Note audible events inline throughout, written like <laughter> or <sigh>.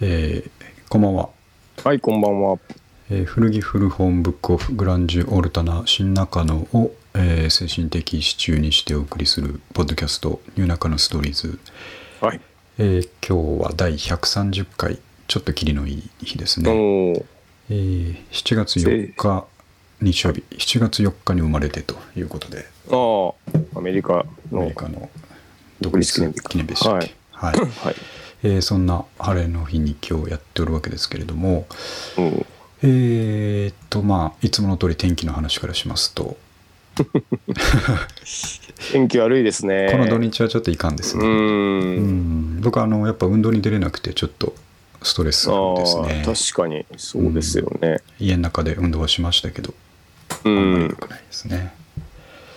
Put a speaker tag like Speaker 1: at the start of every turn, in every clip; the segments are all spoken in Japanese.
Speaker 1: えーこんばんは、
Speaker 2: はい、こんばんは。
Speaker 1: えー古着古本ブックオフグランジュオルタナ新中野を、えー精神的支柱にしてお送りするポッドキャスト「ニューナカのストーリーズ
Speaker 2: はい。」
Speaker 1: えー今日は第130回ちょっとキリのいい日ですね、
Speaker 2: おー
Speaker 1: えー7月4日日曜日7月4日に生まれてということで
Speaker 2: ああ、アメリカ
Speaker 1: アメ
Speaker 2: の
Speaker 1: リ。カの独
Speaker 2: 独
Speaker 1: 立
Speaker 2: 立
Speaker 1: 記
Speaker 2: 記
Speaker 1: 念
Speaker 2: 念
Speaker 1: 日
Speaker 2: 日
Speaker 1: でしたっけ、はい
Speaker 2: はい。
Speaker 1: えーそんな晴れの日に今日やっておるわけですけれども
Speaker 2: うん。
Speaker 1: えーっとまあいつもの通り天気の話からしますと、
Speaker 2: 天気悪いですね。
Speaker 1: この土日はちょっといかんです
Speaker 2: う
Speaker 1: ね、うん
Speaker 2: ん。
Speaker 1: 僕はあのやっぱ運動に出れなくてちょっとストレスです
Speaker 2: あ
Speaker 1: ね
Speaker 2: あ、確かに。そうですよね。
Speaker 1: 家の中で運動はしましたけどあ
Speaker 2: う
Speaker 1: んまり
Speaker 2: ん
Speaker 1: 良。くないですね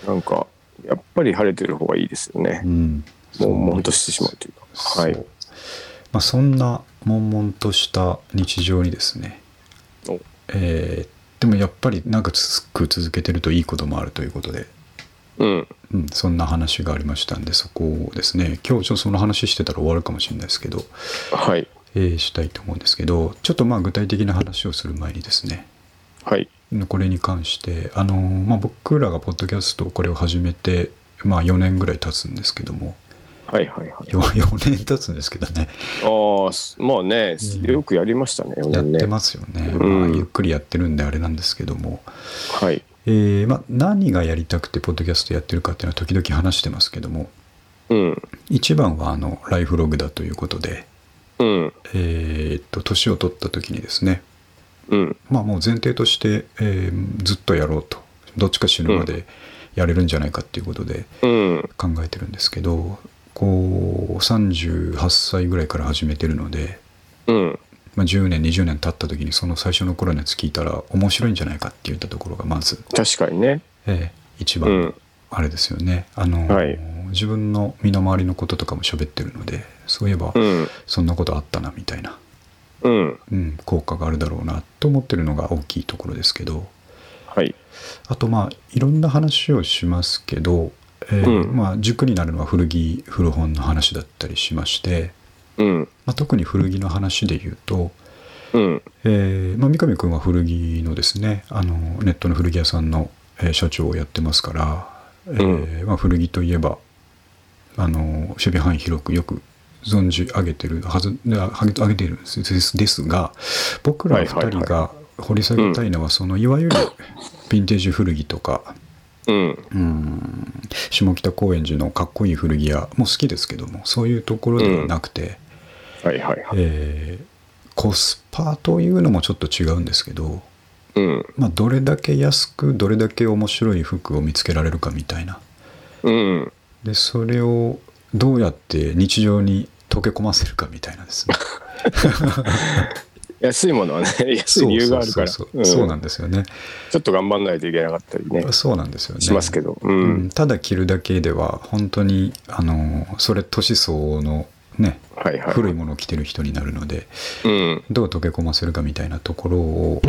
Speaker 2: なんか、やっぱり晴れてる方がいいですよね
Speaker 1: う。ん
Speaker 2: もう、も
Speaker 1: ん
Speaker 2: んとしてしまうというか。
Speaker 1: そ
Speaker 2: は
Speaker 1: う
Speaker 2: い。
Speaker 1: まあ、そんな悶々とした日常にですね
Speaker 2: お
Speaker 1: えーでもやっぱりなんかつく続けてるといいこともあるということで、
Speaker 2: うん。
Speaker 1: うん、そんな話がありましたんでそこをですね今日ちょっとその話してたら終わるかもしれないですけど、
Speaker 2: はい。
Speaker 1: えーしたいと思うんですけどちょっとまあ具体的な話をする前にですね
Speaker 2: はい。
Speaker 1: これに関してあのー、まあ、僕らがポッドキャストこれを始めて、まあ、4年ぐらい経つんですけども
Speaker 2: はいはいはい。
Speaker 1: <laughs> 4, 年経つんですけどね
Speaker 2: ああ、すまあね
Speaker 1: うん、
Speaker 2: よくやりましたね、
Speaker 1: や
Speaker 2: 4
Speaker 1: っ
Speaker 2: 年
Speaker 1: て
Speaker 2: ね。
Speaker 1: ますよね、
Speaker 2: うん
Speaker 1: まあ、ゆっくりやってるんであれなんですけども、
Speaker 2: はい。
Speaker 1: えーまあ、何がやりたくてポッドキャストやってるかっていうのは時々話してますけども
Speaker 2: うん。
Speaker 1: 一番はあのライフログだということで、
Speaker 2: うん。
Speaker 1: えーっと年を取った時にですね
Speaker 2: うん。
Speaker 1: まあもう前提として、えーずっとやろうとどっちか死ぬまでやれるんじゃないかっていうことで
Speaker 2: うん。
Speaker 1: 考えてるんですけどこう38歳ぐらいから始めてるので、
Speaker 2: うん。
Speaker 1: まあ、10年20年経った時にその最初の頃のやつ聞いたら面白いんじゃないかって言ったところがまず、
Speaker 2: 確かにね。
Speaker 1: えー一
Speaker 2: う
Speaker 1: 番
Speaker 2: ん。
Speaker 1: あれですよね、あの、
Speaker 2: はい
Speaker 1: 自分の身の回りのこととかも喋ってるのでそういえば
Speaker 2: うん。
Speaker 1: そんなことあったなみたいな、
Speaker 2: うん。
Speaker 1: うん、効果があるだろうなと思ってるのが大きいところですけど
Speaker 2: はい。
Speaker 1: あとまあいろんな話をしますけど、えー
Speaker 2: うん
Speaker 1: まあ、軸になるのは古着古本の話だったりしまして、
Speaker 2: うん。
Speaker 1: まあ、特に古着の話で言うと、
Speaker 2: うん。
Speaker 1: えーまあ、三上君は古着のですねあのネットの古着屋さんの、えー社長をやってますから、えーまあ、古着といえばあの守備範囲広くよく存じ上げてるはずであ上げ上げてるんですですですが僕ら
Speaker 2: はいはいは
Speaker 1: 2人
Speaker 2: い
Speaker 1: が掘り下げたいのはそのいわゆるヴィンテージ古着とか
Speaker 2: うん。
Speaker 1: うん下北高円寺のかっこいい古着屋も好きですけどもそういうところではなくて、
Speaker 2: はいはいはい。
Speaker 1: えーコスパというのもちょっと違うんですけど、
Speaker 2: うん。
Speaker 1: まあ、どれだけ安くどれだけ面白い服を見つけられるかみたいな
Speaker 2: うん。
Speaker 1: でそれをどうやって日常に溶け込ませるかみたいなんですね
Speaker 2: 安いものはね、安い理由があるか
Speaker 1: <laughs>
Speaker 2: ら。
Speaker 1: そうそうそうそうそうなんんですよね
Speaker 2: ちょっと頑張んないといけなかったりね、
Speaker 1: そうなんですよね
Speaker 2: しますけど。う
Speaker 1: うん
Speaker 2: ん。
Speaker 1: ただ着るだけでは本当にあのそれ年相応のね
Speaker 2: はいはい。
Speaker 1: 古いものを着てる人になるので
Speaker 2: うん。
Speaker 1: どう溶け込ませるかみたいなところを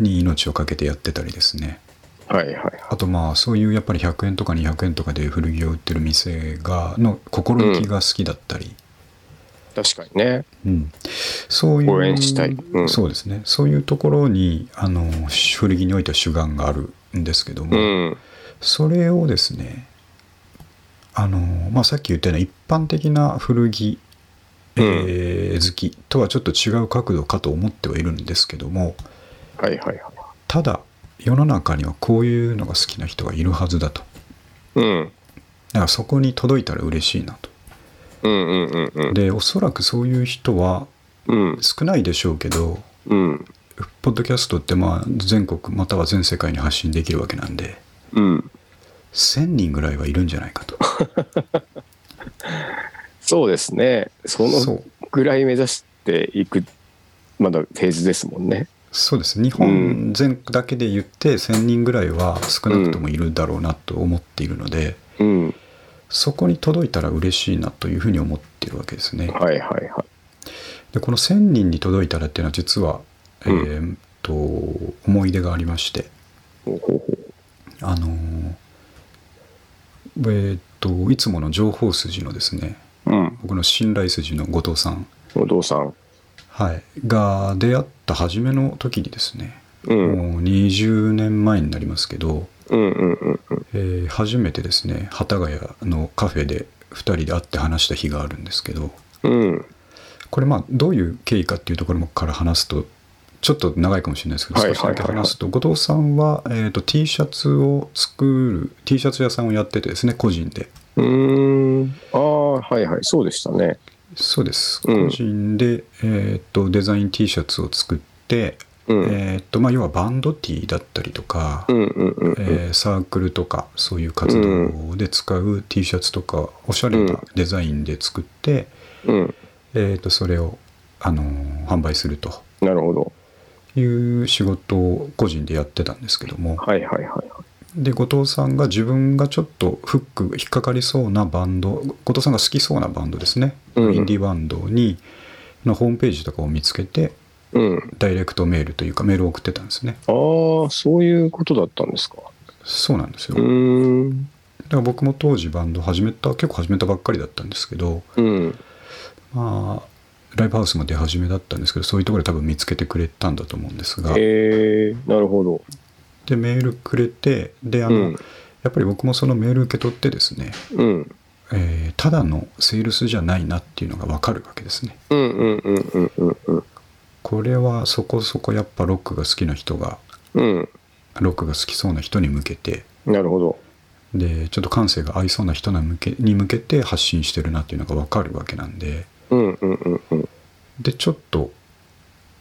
Speaker 1: に命をかけてやってたりですね
Speaker 2: はいはいはい。
Speaker 1: あとまあそういうやっぱり100円とか200円とかで古着を売ってる店がの心意気が好きだったり、
Speaker 2: 確かにね。
Speaker 1: うんそういう
Speaker 2: 応援したいうん
Speaker 1: そうですねそういうところにあの古着においては主眼があるんですけども、
Speaker 2: うん。
Speaker 1: それをですねあの、まあ、さっき言ったような一般的な古着、えー好きとはちょっと違う角度かと思ってはいるんですけども
Speaker 2: はいはいはい。
Speaker 1: ただ世の中にはこういうのが好きな人がいるはずだと。
Speaker 2: うん。
Speaker 1: だからそこに届いたら嬉しいなと。
Speaker 2: うんうんうんうん。
Speaker 1: でおそらくそういう人は
Speaker 2: うん。
Speaker 1: 少ないでしょうけど
Speaker 2: うん。
Speaker 1: ポッドキャストってまあ全国または全世界に発信できるわけなんで
Speaker 2: うん。
Speaker 1: 1,000人ぐらいはいるんじゃないかと。
Speaker 2: そうですね。そ
Speaker 1: そ
Speaker 2: の
Speaker 1: う
Speaker 2: ぐらい目指していく、まだフェーズですもんね。
Speaker 1: そうです日本全だけで言って1,000人ぐらいは少なくともいるだろうなと思っているので
Speaker 2: うん。
Speaker 1: そこに届いたら嬉しいなというふうに思っているわけですね。
Speaker 2: はいはいはい。
Speaker 1: でこの1,000人に届いたらっていうのは実は、えーっと思い出がありまして。
Speaker 2: ほうほうほう
Speaker 1: あのーえーっといつもの情報筋のですね
Speaker 2: うん。
Speaker 1: 僕の信頼筋の後藤さん
Speaker 2: お父さん。
Speaker 1: はい、が出会った初めの時にですね、
Speaker 2: うん
Speaker 1: もう20年前になりますけど、
Speaker 2: うんうんうんうん
Speaker 1: えー初めてですね幡ヶ谷のカフェで2人で会って話した日があるんですけど
Speaker 2: うん
Speaker 1: これまあどういう経緯かっていうところもから話すとちょっと長いかもしれないですけど
Speaker 2: はいは
Speaker 1: 少し
Speaker 2: いはいは
Speaker 1: だ
Speaker 2: い
Speaker 1: け話すと後藤さんは、えー、と T シャツを作る T シャツ屋さんをやっててですね個人で
Speaker 2: うーんああはいはいそうでしたね
Speaker 1: そうです
Speaker 2: うん
Speaker 1: 個人で、えー、とデザイン T シャツを作って、
Speaker 2: うん、
Speaker 1: えーとまあ、要はバンド T だったりとか、
Speaker 2: うんうんうんうん、
Speaker 1: えーサークルとかそういう活動で使う T シャツとかおしゃれなデザインで作って、
Speaker 2: うん
Speaker 1: えー、とそれを、あのー販売すると
Speaker 2: なるほど
Speaker 1: いう仕事を個人でやってたんですけども
Speaker 2: はいはいはいはい
Speaker 1: で後藤さんが自分がちょっとフック引っかかりそうなバンド後藤さんが好きそうなバンドですね、
Speaker 2: うん
Speaker 1: インディーバンドにのホームページとかを見つけて
Speaker 2: うん
Speaker 1: ダイレクトメールというかメールを送ってたんですね
Speaker 2: ああそういうことだったんですか
Speaker 1: そうなんですよ
Speaker 2: うーん
Speaker 1: だから僕も当時バンド始めた結構始めたばっかりだったんですけど
Speaker 2: うん
Speaker 1: まあライブハウスも出始めだったんですけどそういうところで多分見つけてくれたんだと思うんですが
Speaker 2: へえなるほど
Speaker 1: でメールくれてであの、
Speaker 2: うん
Speaker 1: やっぱり僕もそのメール受け取ってですね、
Speaker 2: うん
Speaker 1: えーただのセールスじゃないなっていうのが分かるわけですね
Speaker 2: うんうんうんうんうんうん
Speaker 1: これはそこそこやっぱロックが好きな人が
Speaker 2: うん
Speaker 1: ロックが好きそうな人に向けて
Speaker 2: なるほど
Speaker 1: でちょっと感性が合いそうな人に向けに向けて発信してるなっていうのが分かるわけなんで
Speaker 2: うんうんうんうん
Speaker 1: でちょっと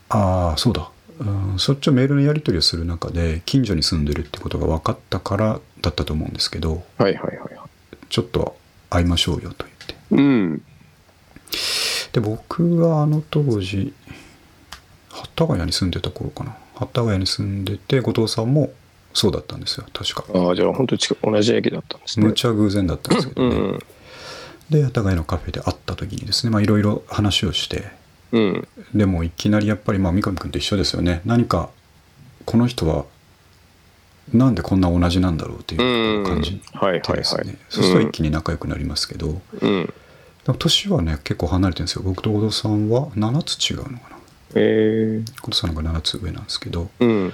Speaker 1: ああそうだうんそっちをメールのやり取りをする中で近所に住んでるってことが分かったからだったと思うんですけど
Speaker 2: はいはいはいはい
Speaker 1: ちょっと会いましょうよと言って
Speaker 2: うん
Speaker 1: で僕はあの当時幡ヶ谷に住んでた頃かな幡ヶ谷に住んでて後藤さんもそうだったんですよ確か
Speaker 2: ああじゃあ本当に近く同じ駅だったんですね
Speaker 1: むちゃ偶然だったんですけ
Speaker 2: う
Speaker 1: どね、
Speaker 2: ん
Speaker 1: で幡ヶ谷のカフェで会った時にですねまあいろいろ話をして
Speaker 2: うん
Speaker 1: でもいきなりやっぱりまあ三上君と一緒ですよね何かこの人はなんでこんな同じなんだろうっていう感じ
Speaker 2: うんはいはい
Speaker 1: で
Speaker 2: はい
Speaker 1: ですね
Speaker 2: う
Speaker 1: そ
Speaker 2: ん
Speaker 1: したら一気に仲良くなりますけど、で
Speaker 2: うん
Speaker 1: も年はね結構離れてるんですよ僕と後藤さんは7つ違うのかな
Speaker 2: えー
Speaker 1: 後藤さんの方が7つ上なんですけど
Speaker 2: うん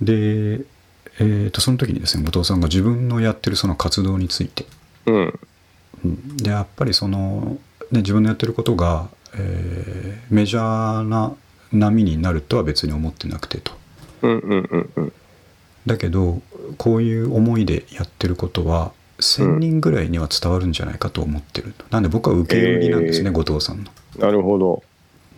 Speaker 1: で、えー、とその時にですね後藤さんが自分のやってるその活動について、
Speaker 2: うん
Speaker 1: うんでやっぱりその、ね、自分のやってることが、えーメジャーな波になるとは別に思ってなくてと。
Speaker 2: うんうんうんうん
Speaker 1: だけどこういう思いでやってることは1,000人ぐらいには伝わるんじゃないかと思ってると、なんで僕は受け売りなんですね、
Speaker 2: えー
Speaker 1: 後藤さんの。
Speaker 2: なるほど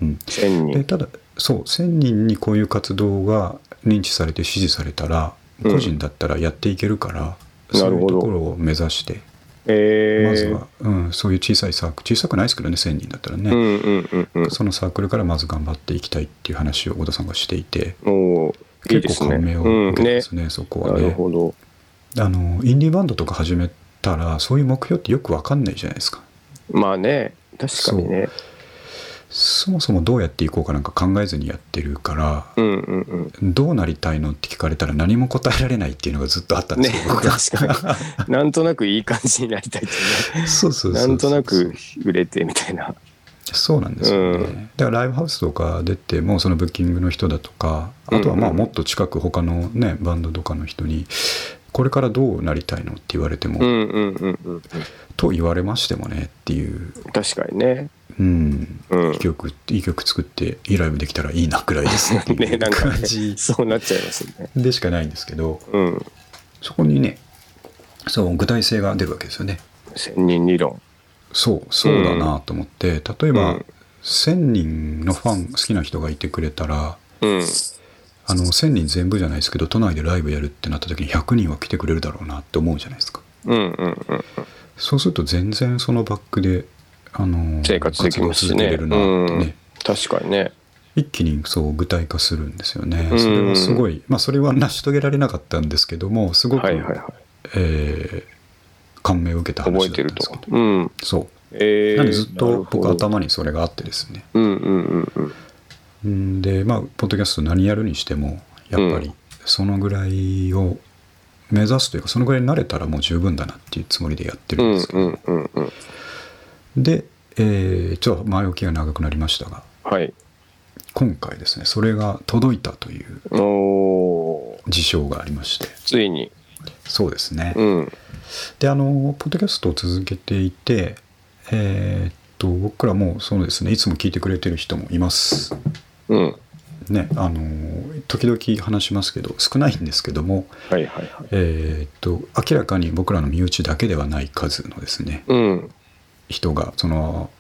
Speaker 1: うん、
Speaker 2: 千
Speaker 1: で
Speaker 2: 人
Speaker 1: ただそう1,000人にこういう活動が認知されて支持されたら
Speaker 2: うん
Speaker 1: 個人だったらやっていけるから、
Speaker 2: な
Speaker 1: そう
Speaker 2: る
Speaker 1: いう
Speaker 2: ほど
Speaker 1: ところを目指して、
Speaker 2: えー
Speaker 1: まずは、うん、そういう小さいサークル小さくないですけどね1,000人だったら
Speaker 2: う
Speaker 1: ね、
Speaker 2: んうんうんうん
Speaker 1: そのサークルからまず頑張っていきたいっていう話を後藤さんがしていて
Speaker 2: おーいいで
Speaker 1: 結
Speaker 2: す
Speaker 1: 構
Speaker 2: ね
Speaker 1: 感銘を受けてますね,、そこ
Speaker 2: うん
Speaker 1: は
Speaker 2: ねなる
Speaker 1: ね。
Speaker 2: ほど
Speaker 1: あのインディーバンドとか始めたらそういう目標ってよくわかんないじゃないですか
Speaker 2: まあね確かにね
Speaker 1: そもそもどうやっていこうかなんか考えずにやってるから、
Speaker 2: うんうんうん
Speaker 1: どうなりたいのって聞かれたら何も答えられないっていうのがずっとあったんで
Speaker 2: ね
Speaker 1: すよ、僕が
Speaker 2: 確かになんとなくいい感じになりたいって
Speaker 1: <laughs>
Speaker 2: ね
Speaker 1: そうそうそう
Speaker 2: な
Speaker 1: そうん
Speaker 2: となく売れてみたいな
Speaker 1: そうなんですよね、
Speaker 2: うん
Speaker 1: だからライブハウスとか出てもそのブッキングの人だとかあとはまあもっと近く他のねバンドとかの人にこれからどうなりたいのって言われても、
Speaker 2: うんうんうんうん
Speaker 1: と言われましてもねっていう
Speaker 2: 確かにね
Speaker 1: うん、
Speaker 2: うん
Speaker 1: いい曲いい曲作っていいライブできたらいいなくらいですってい
Speaker 2: <laughs> ね
Speaker 1: う
Speaker 2: なんかね
Speaker 1: 感じ
Speaker 2: そうなっちゃいますよね
Speaker 1: でしかないんですけど
Speaker 2: うん
Speaker 1: そこにねそう具体性が出るわけですよね
Speaker 2: 千人理論
Speaker 1: そうそうだなと思って、例えば、
Speaker 2: うん
Speaker 1: 1,000人のファン好きな人がいてくれたら
Speaker 2: うん
Speaker 1: あの1,000人全部じゃないですけど都内でライブやるってなった時に100人は来てくれるだろうなって思うじゃないですか
Speaker 2: うんうんうん
Speaker 1: そうすると全然そのバックであの
Speaker 2: 生活できますし
Speaker 1: 活動続け
Speaker 2: ね
Speaker 1: れるなってね、
Speaker 2: うん確かにね
Speaker 1: 一気にそう具体化するんですよね。
Speaker 2: うん
Speaker 1: それはすごい、まあ、それは成し遂げられなかったんですけどもすごく、
Speaker 2: はいはいはい
Speaker 1: えー感銘を受けた
Speaker 2: 覚
Speaker 1: 話
Speaker 2: え
Speaker 1: だった
Speaker 2: て
Speaker 1: ん
Speaker 2: る
Speaker 1: で
Speaker 2: と
Speaker 1: すけど
Speaker 2: うん
Speaker 1: そう、
Speaker 2: えー
Speaker 1: なんでずっ
Speaker 2: な
Speaker 1: と
Speaker 2: るほ
Speaker 1: 僕
Speaker 2: ど
Speaker 1: 頭にそれがあってですね
Speaker 2: うんうんうんうん
Speaker 1: んでまあポッドキャスト何やるにしてもやっぱ
Speaker 2: う
Speaker 1: りそのぐらいを目指すというかそのぐらいになれたらもう十分だなっていうつもりでやってる
Speaker 2: うんん
Speaker 1: ですけど、
Speaker 2: うんうんうん
Speaker 1: で、えーちょっと前置きが長くなりましたが
Speaker 2: はい
Speaker 1: 今回ですねそれが届いたという
Speaker 2: おお
Speaker 1: 事象がありまして
Speaker 2: ーついに
Speaker 1: そうですね、
Speaker 2: うん
Speaker 1: であのポッドキャストを続けていてえーっと僕らもうそうですねいつも聞いてくれてる人もいます
Speaker 2: うん
Speaker 1: ねあの時々話しますけど少ないんですけども
Speaker 2: はいはいはい
Speaker 1: えーっと明らかに僕らの身内だけではない数のですね
Speaker 2: うん
Speaker 1: 人がその、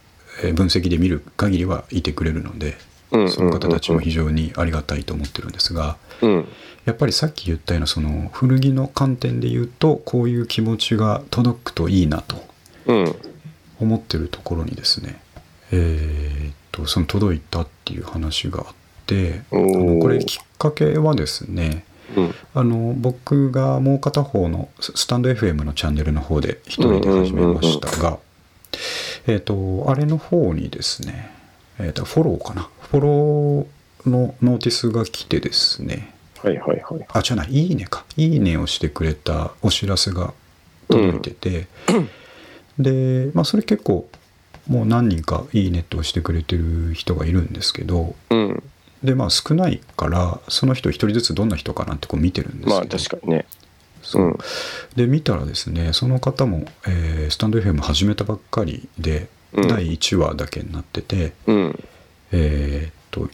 Speaker 1: えー分析で見る限りはいてくれるので
Speaker 2: うんうんうんうん
Speaker 1: その方たちも非常にありがたいと思ってるんですが
Speaker 2: うん
Speaker 1: やっぱりさっき言ったようなその古着の観点で言うとこういう気持ちが届くといいなと
Speaker 2: うん
Speaker 1: 思ってるところにですねえーっとその届いたっていう話があってあ
Speaker 2: おー
Speaker 1: のこれきっかけはですね
Speaker 2: うん
Speaker 1: あの僕がもう片方のススタンド FM のチャンネルの方で一人で始めましたがえーっとあれの方にですねえーっとフォローかなフォローのノーティスが来てですね
Speaker 2: はいはいはい
Speaker 1: あじゃないいいねかいいねをしてくれたお知らせが届いてて、で、まあ、それ結構もう何人かいいねとしてくれてる人がいるんですけど
Speaker 2: うん
Speaker 1: でまあ少ないからその人一人ずつどんな人かなってこう見てるんですけど
Speaker 2: まあ確かにね
Speaker 1: そう
Speaker 2: うん
Speaker 1: で見たらですねその方も、えースタンド FM 始めたばっかりで、
Speaker 2: うん
Speaker 1: 第1話だけになってて
Speaker 2: うん
Speaker 1: えーっと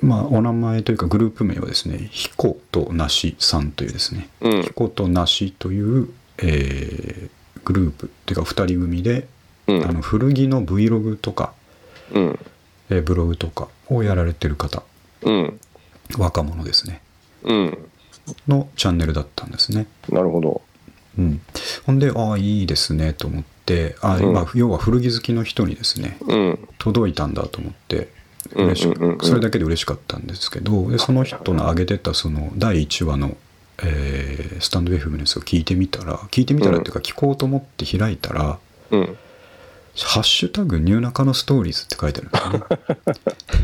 Speaker 1: まあお名前というかグループ名はですね彦と梨さんというですね
Speaker 2: うん
Speaker 1: 彦と梨という、えーグループっていうか2人組で、
Speaker 2: うん
Speaker 1: あの古着の Vlog とか、
Speaker 2: うん
Speaker 1: えーブログとかをやられてる方
Speaker 2: うん
Speaker 1: 若者ですね
Speaker 2: うん
Speaker 1: のチャンネルだったんですね、
Speaker 2: なるほど
Speaker 1: うん、ほんでああいいですねと思ってあ
Speaker 2: うん
Speaker 1: 今、要は古着好きの人にですね
Speaker 2: うん
Speaker 1: 届いたんだと思って嬉しく
Speaker 2: うんうんうんうん
Speaker 1: それだけで嬉しかったんですけどでその人の上げてたその第1話の、えースタンド FM のやつを聞いてみたら聞いてみたらっていうか聞こうと思って開いたら、
Speaker 2: うん
Speaker 1: ハッシュタグニューナカのストーリーズって書いてあるんですよ
Speaker 2: <laughs>
Speaker 1: ね。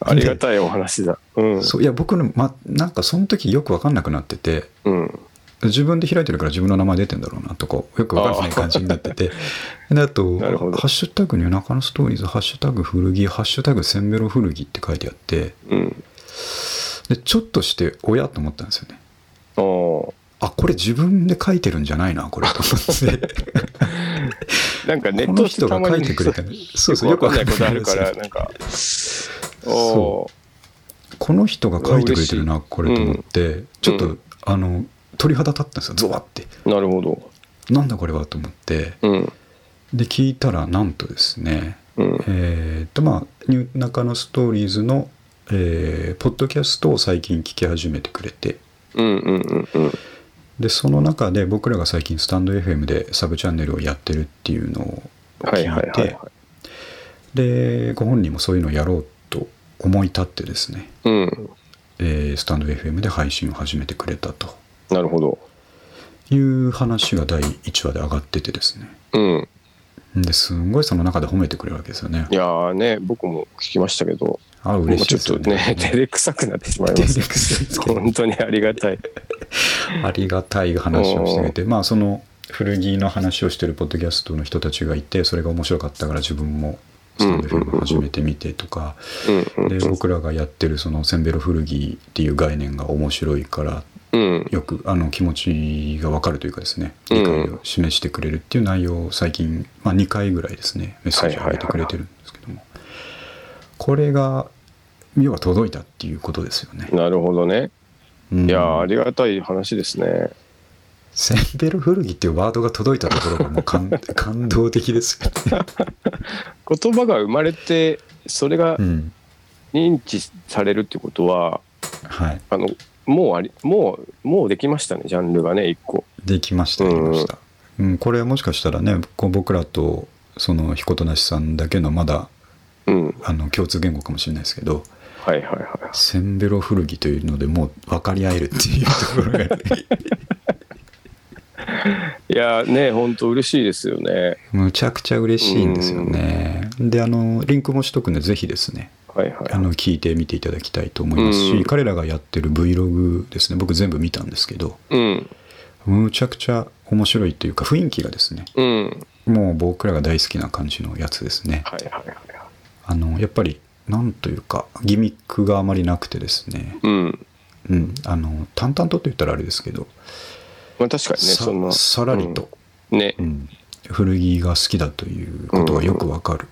Speaker 2: ありがたいお話だうん
Speaker 1: そういや僕の、ま、なんかその時よく分かんなくなってて
Speaker 2: うん
Speaker 1: 自分で開いてるから自分の名前出てんだろうなとかよく分かんない感じになっててであと「ハ
Speaker 2: <laughs> なるほど
Speaker 1: ッシュタグニューナカのストーリーズ」「ハッシュタグ古着」「ハッシュタグせんべろ古着」って書いてあって
Speaker 2: うん
Speaker 1: でちょっとして「おや?」と思ったんですよね。
Speaker 2: ああ
Speaker 1: あこれ自分で書いてるんじゃないなこれと思って
Speaker 2: <laughs> なんかネ
Speaker 1: こ
Speaker 2: ッ
Speaker 1: の
Speaker 2: トして
Speaker 1: 人
Speaker 2: た
Speaker 1: が
Speaker 2: ま
Speaker 1: 書い
Speaker 2: に
Speaker 1: てくれたねそうそう
Speaker 2: よ
Speaker 1: よ
Speaker 2: く
Speaker 1: く
Speaker 2: わか
Speaker 1: 分
Speaker 2: んな
Speaker 1: か
Speaker 2: い
Speaker 1: ん
Speaker 2: ことあ
Speaker 1: ない
Speaker 2: るからなんかお
Speaker 1: そ
Speaker 2: ー
Speaker 1: この人が書いてくれてるなこれと思って、ちょっと、
Speaker 2: うん
Speaker 1: あの鳥肌立ったんですよゾワって
Speaker 2: なるほど
Speaker 1: なんだこれはと思って
Speaker 2: うん
Speaker 1: で聞いたらなんとですね
Speaker 2: うん
Speaker 1: えーっとまあ「ニューナカのストーリーズの」えーポッドキャストを最近聞き始めてくれて
Speaker 2: うんうんうんうん
Speaker 1: でその中で僕らが最近スタンド FM でサブチャンネルをやってるっていうのを
Speaker 2: は
Speaker 1: 聞い
Speaker 2: い
Speaker 1: て、
Speaker 2: はいはいは
Speaker 1: でご本人もそういうのをやろうと思い立ってですね、
Speaker 2: いうん
Speaker 1: えースタンド FM で配信を始めてくれたと
Speaker 2: なるほど
Speaker 1: いう話が第1話で上がっててですね
Speaker 2: うん
Speaker 1: ですんごいその中で褒めてくれるわけですよね
Speaker 2: いやーね僕も聞きましたけど
Speaker 1: あ嬉しいです
Speaker 2: も
Speaker 1: よ
Speaker 2: うちょ
Speaker 1: <laughs>
Speaker 2: っとね
Speaker 1: ね
Speaker 2: 照れくさくなってしまいます
Speaker 1: 照れくさいですけど
Speaker 2: 本当にありがたい
Speaker 1: ありがたい話をしてくれてまあその古着の話をしてるポッドキャストの人たちがいてそれが面白かったから自分もスタンド FM 始めてみてとか
Speaker 2: うん
Speaker 1: で僕らがやってるそのセンベロ古着っていう概念が面白いから
Speaker 2: うんうん
Speaker 1: よくあの気持ちが分かるというかですね理解を示してくれるっていう内容を最近、まあ、2回ぐらいですねメッセージを上げてくれてるんですけども、これが要は届いたっていうことですよね。
Speaker 2: なるほどね
Speaker 1: うん
Speaker 2: いやーありがたい話ですね
Speaker 1: センベロ古着っていうワードが届いたところがもう <laughs> 感感動的ですよね。
Speaker 2: 言葉が生まれてそれが
Speaker 1: うん
Speaker 2: 認知されるってことは
Speaker 1: はい、
Speaker 2: あのもうありもうもうできましたねジャンルがね一個
Speaker 1: できました
Speaker 2: う
Speaker 1: で
Speaker 2: ん
Speaker 1: きました、うん、これはもしかしたらねこう僕らとその彦となしさんだけのまだ
Speaker 2: うん
Speaker 1: あの共通言語かもしれないですけど
Speaker 2: はいはいは
Speaker 1: センベロ古着というのでもう分かり合えるっていうところが <laughs>
Speaker 2: いいやーね本当嬉しいですよね
Speaker 1: むちゃくちゃ嬉しいんですよねであのリンクもしとくんでぜひですね
Speaker 2: はいはい
Speaker 1: あの聞いてみていただきたいと思いますし、
Speaker 2: うん
Speaker 1: 彼らがやってる Vlog ですね僕全部見たんですけど
Speaker 2: うん
Speaker 1: むちゃくちゃ面白いというか雰囲気がですね
Speaker 2: うん
Speaker 1: もう僕らが大好きな感じのやつですね
Speaker 2: はいはいはい
Speaker 1: あのやっぱりなんというかギミックがあまりなくてですね、
Speaker 2: うん。
Speaker 1: うん、あの淡々とと言ったらあれですけど、
Speaker 2: まあ確かにね、
Speaker 1: さ
Speaker 2: その。
Speaker 1: さらりと、
Speaker 2: うん。ね
Speaker 1: う、ん、古着が好きだということがよくわかる、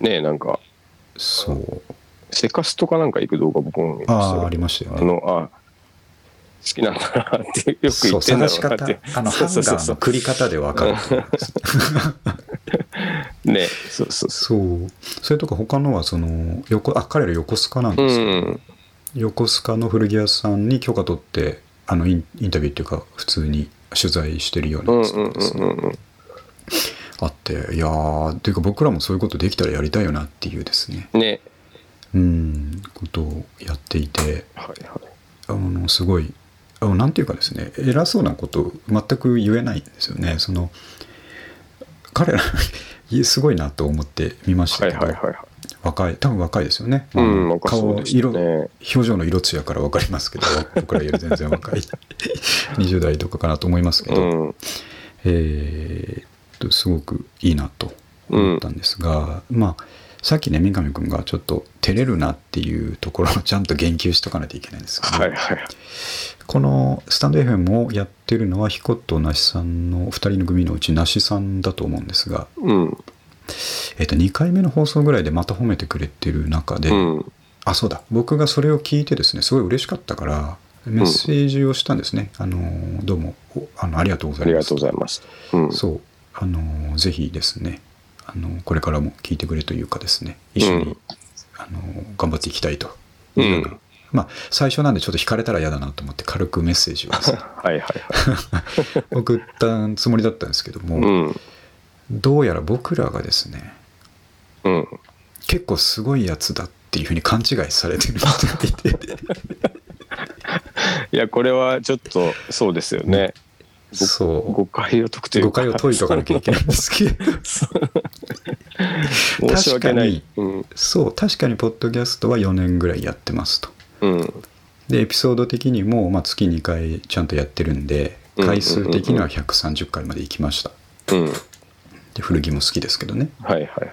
Speaker 2: ね、なんか、
Speaker 1: そう
Speaker 2: セカストかなんか行く動画僕も見ました
Speaker 1: あ
Speaker 2: け
Speaker 1: あ
Speaker 2: ど
Speaker 1: ありましたよ
Speaker 2: あ
Speaker 1: ね
Speaker 2: の、あ、好きなんだなって、よく
Speaker 1: そ
Speaker 2: 言
Speaker 1: う
Speaker 2: ってんだ
Speaker 1: 探
Speaker 2: ろ
Speaker 1: し方
Speaker 2: うなって。
Speaker 1: あのハ
Speaker 2: そう
Speaker 1: ン
Speaker 2: そうそ
Speaker 1: ガ
Speaker 2: う
Speaker 1: ー
Speaker 2: そ
Speaker 1: の繰り方でわかると
Speaker 2: <laughs>
Speaker 1: 思います
Speaker 2: う。ね、そうそうそ
Speaker 1: そうそれとか他のはその横あ彼ら横須賀なん
Speaker 2: う。う
Speaker 1: ですけど、
Speaker 2: ん。
Speaker 1: 横須賀の古着屋さんに許可取ってあのインインタビューっていうか普通に取材してるよう
Speaker 2: う
Speaker 1: なんや
Speaker 2: う
Speaker 1: つ
Speaker 2: ん
Speaker 1: とか
Speaker 2: う
Speaker 1: ですね、
Speaker 2: んうん。
Speaker 1: あっていやーっていうか僕らもそういうことできたらやりたいよなっていうですね
Speaker 2: ね。
Speaker 1: うんことをやっていて
Speaker 2: はいは
Speaker 1: あのすごいあのなんていうかですね偉そうなこと全く言えないんですよねその彼ら <laughs> すごいなと思って見ました
Speaker 2: い。はい
Speaker 1: けど、
Speaker 2: はいはいは
Speaker 1: 若い多分若いですよね、
Speaker 2: い。うん、
Speaker 1: あの
Speaker 2: なんかそう
Speaker 1: 顔
Speaker 2: でした
Speaker 1: 色
Speaker 2: ね。
Speaker 1: 表情の色艶から分かり
Speaker 2: <laughs>
Speaker 1: ますけど僕らより全然若い20代とかかなと思いますけ
Speaker 2: う
Speaker 1: ど、
Speaker 2: ん。
Speaker 1: えーっとすごくいいなと思ったんですが、まあさっきね三上君がちょっと照れるなっていうところをちゃんと言及しとかないといけないんですけど、
Speaker 2: はいはい。
Speaker 1: このスタンド FM をやってるのは彦と那須さんの2人の組のうち那須さんだと思うんですが、
Speaker 2: うん。
Speaker 1: えーっと2回目の放送ぐらいでまた褒めてくれてる中で、
Speaker 2: うん。
Speaker 1: あそうだ僕がそれを聞いてですねすごい嬉しかったからメッセージをしたんですね、あのーどうもおあのありがとうご
Speaker 2: あ
Speaker 1: ざい
Speaker 2: り
Speaker 1: ま
Speaker 2: が
Speaker 1: す
Speaker 2: とうございます。うん。
Speaker 1: そうあのーぜひですねあのーこれからも聞いてくれというかですね一緒に、
Speaker 2: うん
Speaker 1: あのー頑張っていきたいと、
Speaker 2: うん。
Speaker 1: まあ最初なんでちょっと引かれたら嫌だなと思って軽くメッセージをです
Speaker 2: <laughs>
Speaker 1: ね
Speaker 2: はいはいはい。
Speaker 1: 送ったつもりだったんですけども、
Speaker 2: うん。
Speaker 1: どうやら僕らがですね
Speaker 2: うん。
Speaker 1: 結構すごいやつだっていうふうに勘違いされてる人がいて
Speaker 2: いや、これはちょっと、そうですよね。
Speaker 1: そう
Speaker 2: 誤解を解くという
Speaker 1: 誤
Speaker 2: か。
Speaker 1: 解を解いとかなきゃいけないんですけど
Speaker 2: <laughs> 申し訳ない。うん。
Speaker 1: そう確かにポッドキャストは4年ぐらいやってますと
Speaker 2: うん。
Speaker 1: でエピソード的にも、まあ、月2回ちゃんとやってるんで
Speaker 2: うん
Speaker 1: 回数的には130回まで行きました
Speaker 2: うん。
Speaker 1: で古着も好きですけどね
Speaker 2: はいはいはい。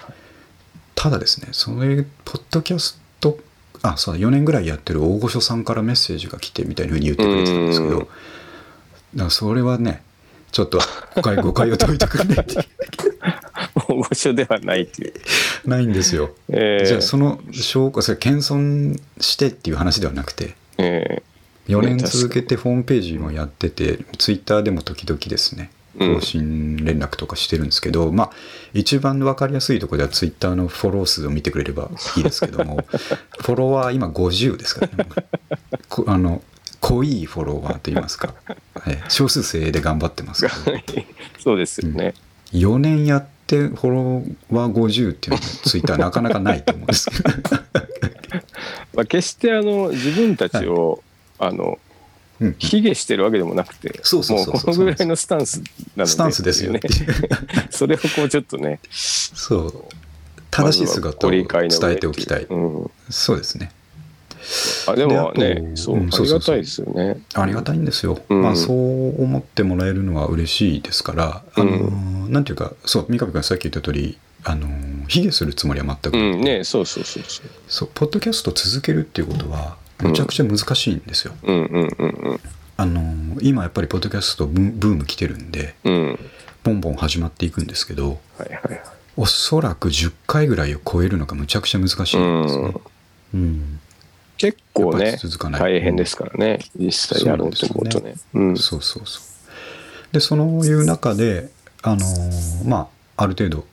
Speaker 1: ただですねそれポッドキャストあそうだ4年ぐらいやってる大御所さんからメッセージが来てみたいなふうに言ってくれてたんですけど
Speaker 2: うん
Speaker 1: だからそれはねちょっと誤解誤解を解いてくれないとい
Speaker 2: 大御所ではないっていう。
Speaker 1: けないんですよ
Speaker 2: えー、
Speaker 1: じゃあその証拠それ謙遜してっていう話ではなくて
Speaker 2: え
Speaker 1: 4年続けてホームページもやっててツイッターでも時々ですね
Speaker 2: うん
Speaker 1: 更新連絡とかしてるんですけど、まあ一番分かりやすいところではツイッターのフォロー数を見てくれればいいですけど
Speaker 2: <laughs>
Speaker 1: もフォロワー今50ですからねこあの濃いフォロワーといいますか、ええ少数精鋭で頑張ってますけど
Speaker 2: ー <laughs> そうですよね。
Speaker 1: 4年やってフォロワー50っていうのはツイッターなかなかないと思うんですけど
Speaker 2: まあ、決してあの自分たちを、あの
Speaker 1: うん
Speaker 2: 卑下してるわけでもなくて、
Speaker 1: そうそうそうそう
Speaker 2: もうこのぐらいのスタンスなので
Speaker 1: スタンスですよね
Speaker 2: っていうね。 <laughs> それをこうちょっとね、
Speaker 1: そう正しい姿を伝
Speaker 2: まずはご理解の上
Speaker 1: えておきたい、
Speaker 2: うん、
Speaker 1: そうですね
Speaker 2: あでも
Speaker 1: であ
Speaker 2: ね、
Speaker 1: と
Speaker 2: そう
Speaker 1: うん
Speaker 2: あ
Speaker 1: そうそう
Speaker 2: りが
Speaker 1: そう
Speaker 2: たいですよね。
Speaker 1: ありがたいんですよ、
Speaker 2: うん
Speaker 1: まあそう思ってもらえるのは嬉しいですから、あのーなんていうかそう三上君がさっき言った通りあのー卑下するつもりは全く
Speaker 2: う
Speaker 1: なく
Speaker 2: ん、ね、そうそうそうそう。
Speaker 1: そうポッドキャスト続けるっていうことは
Speaker 2: うん
Speaker 1: めちゃくちゃ難しいんですよ、
Speaker 2: うんうんうん
Speaker 1: あのー今やっぱりポッドキャストブームブーム来てるんで
Speaker 2: うんうん。
Speaker 1: ボンボン始まっていくんですけど
Speaker 2: はいはいはい。
Speaker 1: おそらく10回ぐらいを超えるのがむちゃくちゃ難しいんですね、うん
Speaker 2: 結構
Speaker 1: やっ
Speaker 2: ね
Speaker 1: ぱり続かない
Speaker 2: 大変ですからね、実際やろうと思うとね。うん
Speaker 1: そうそうそう。で、そういう中で、あのーまあ、ある程度、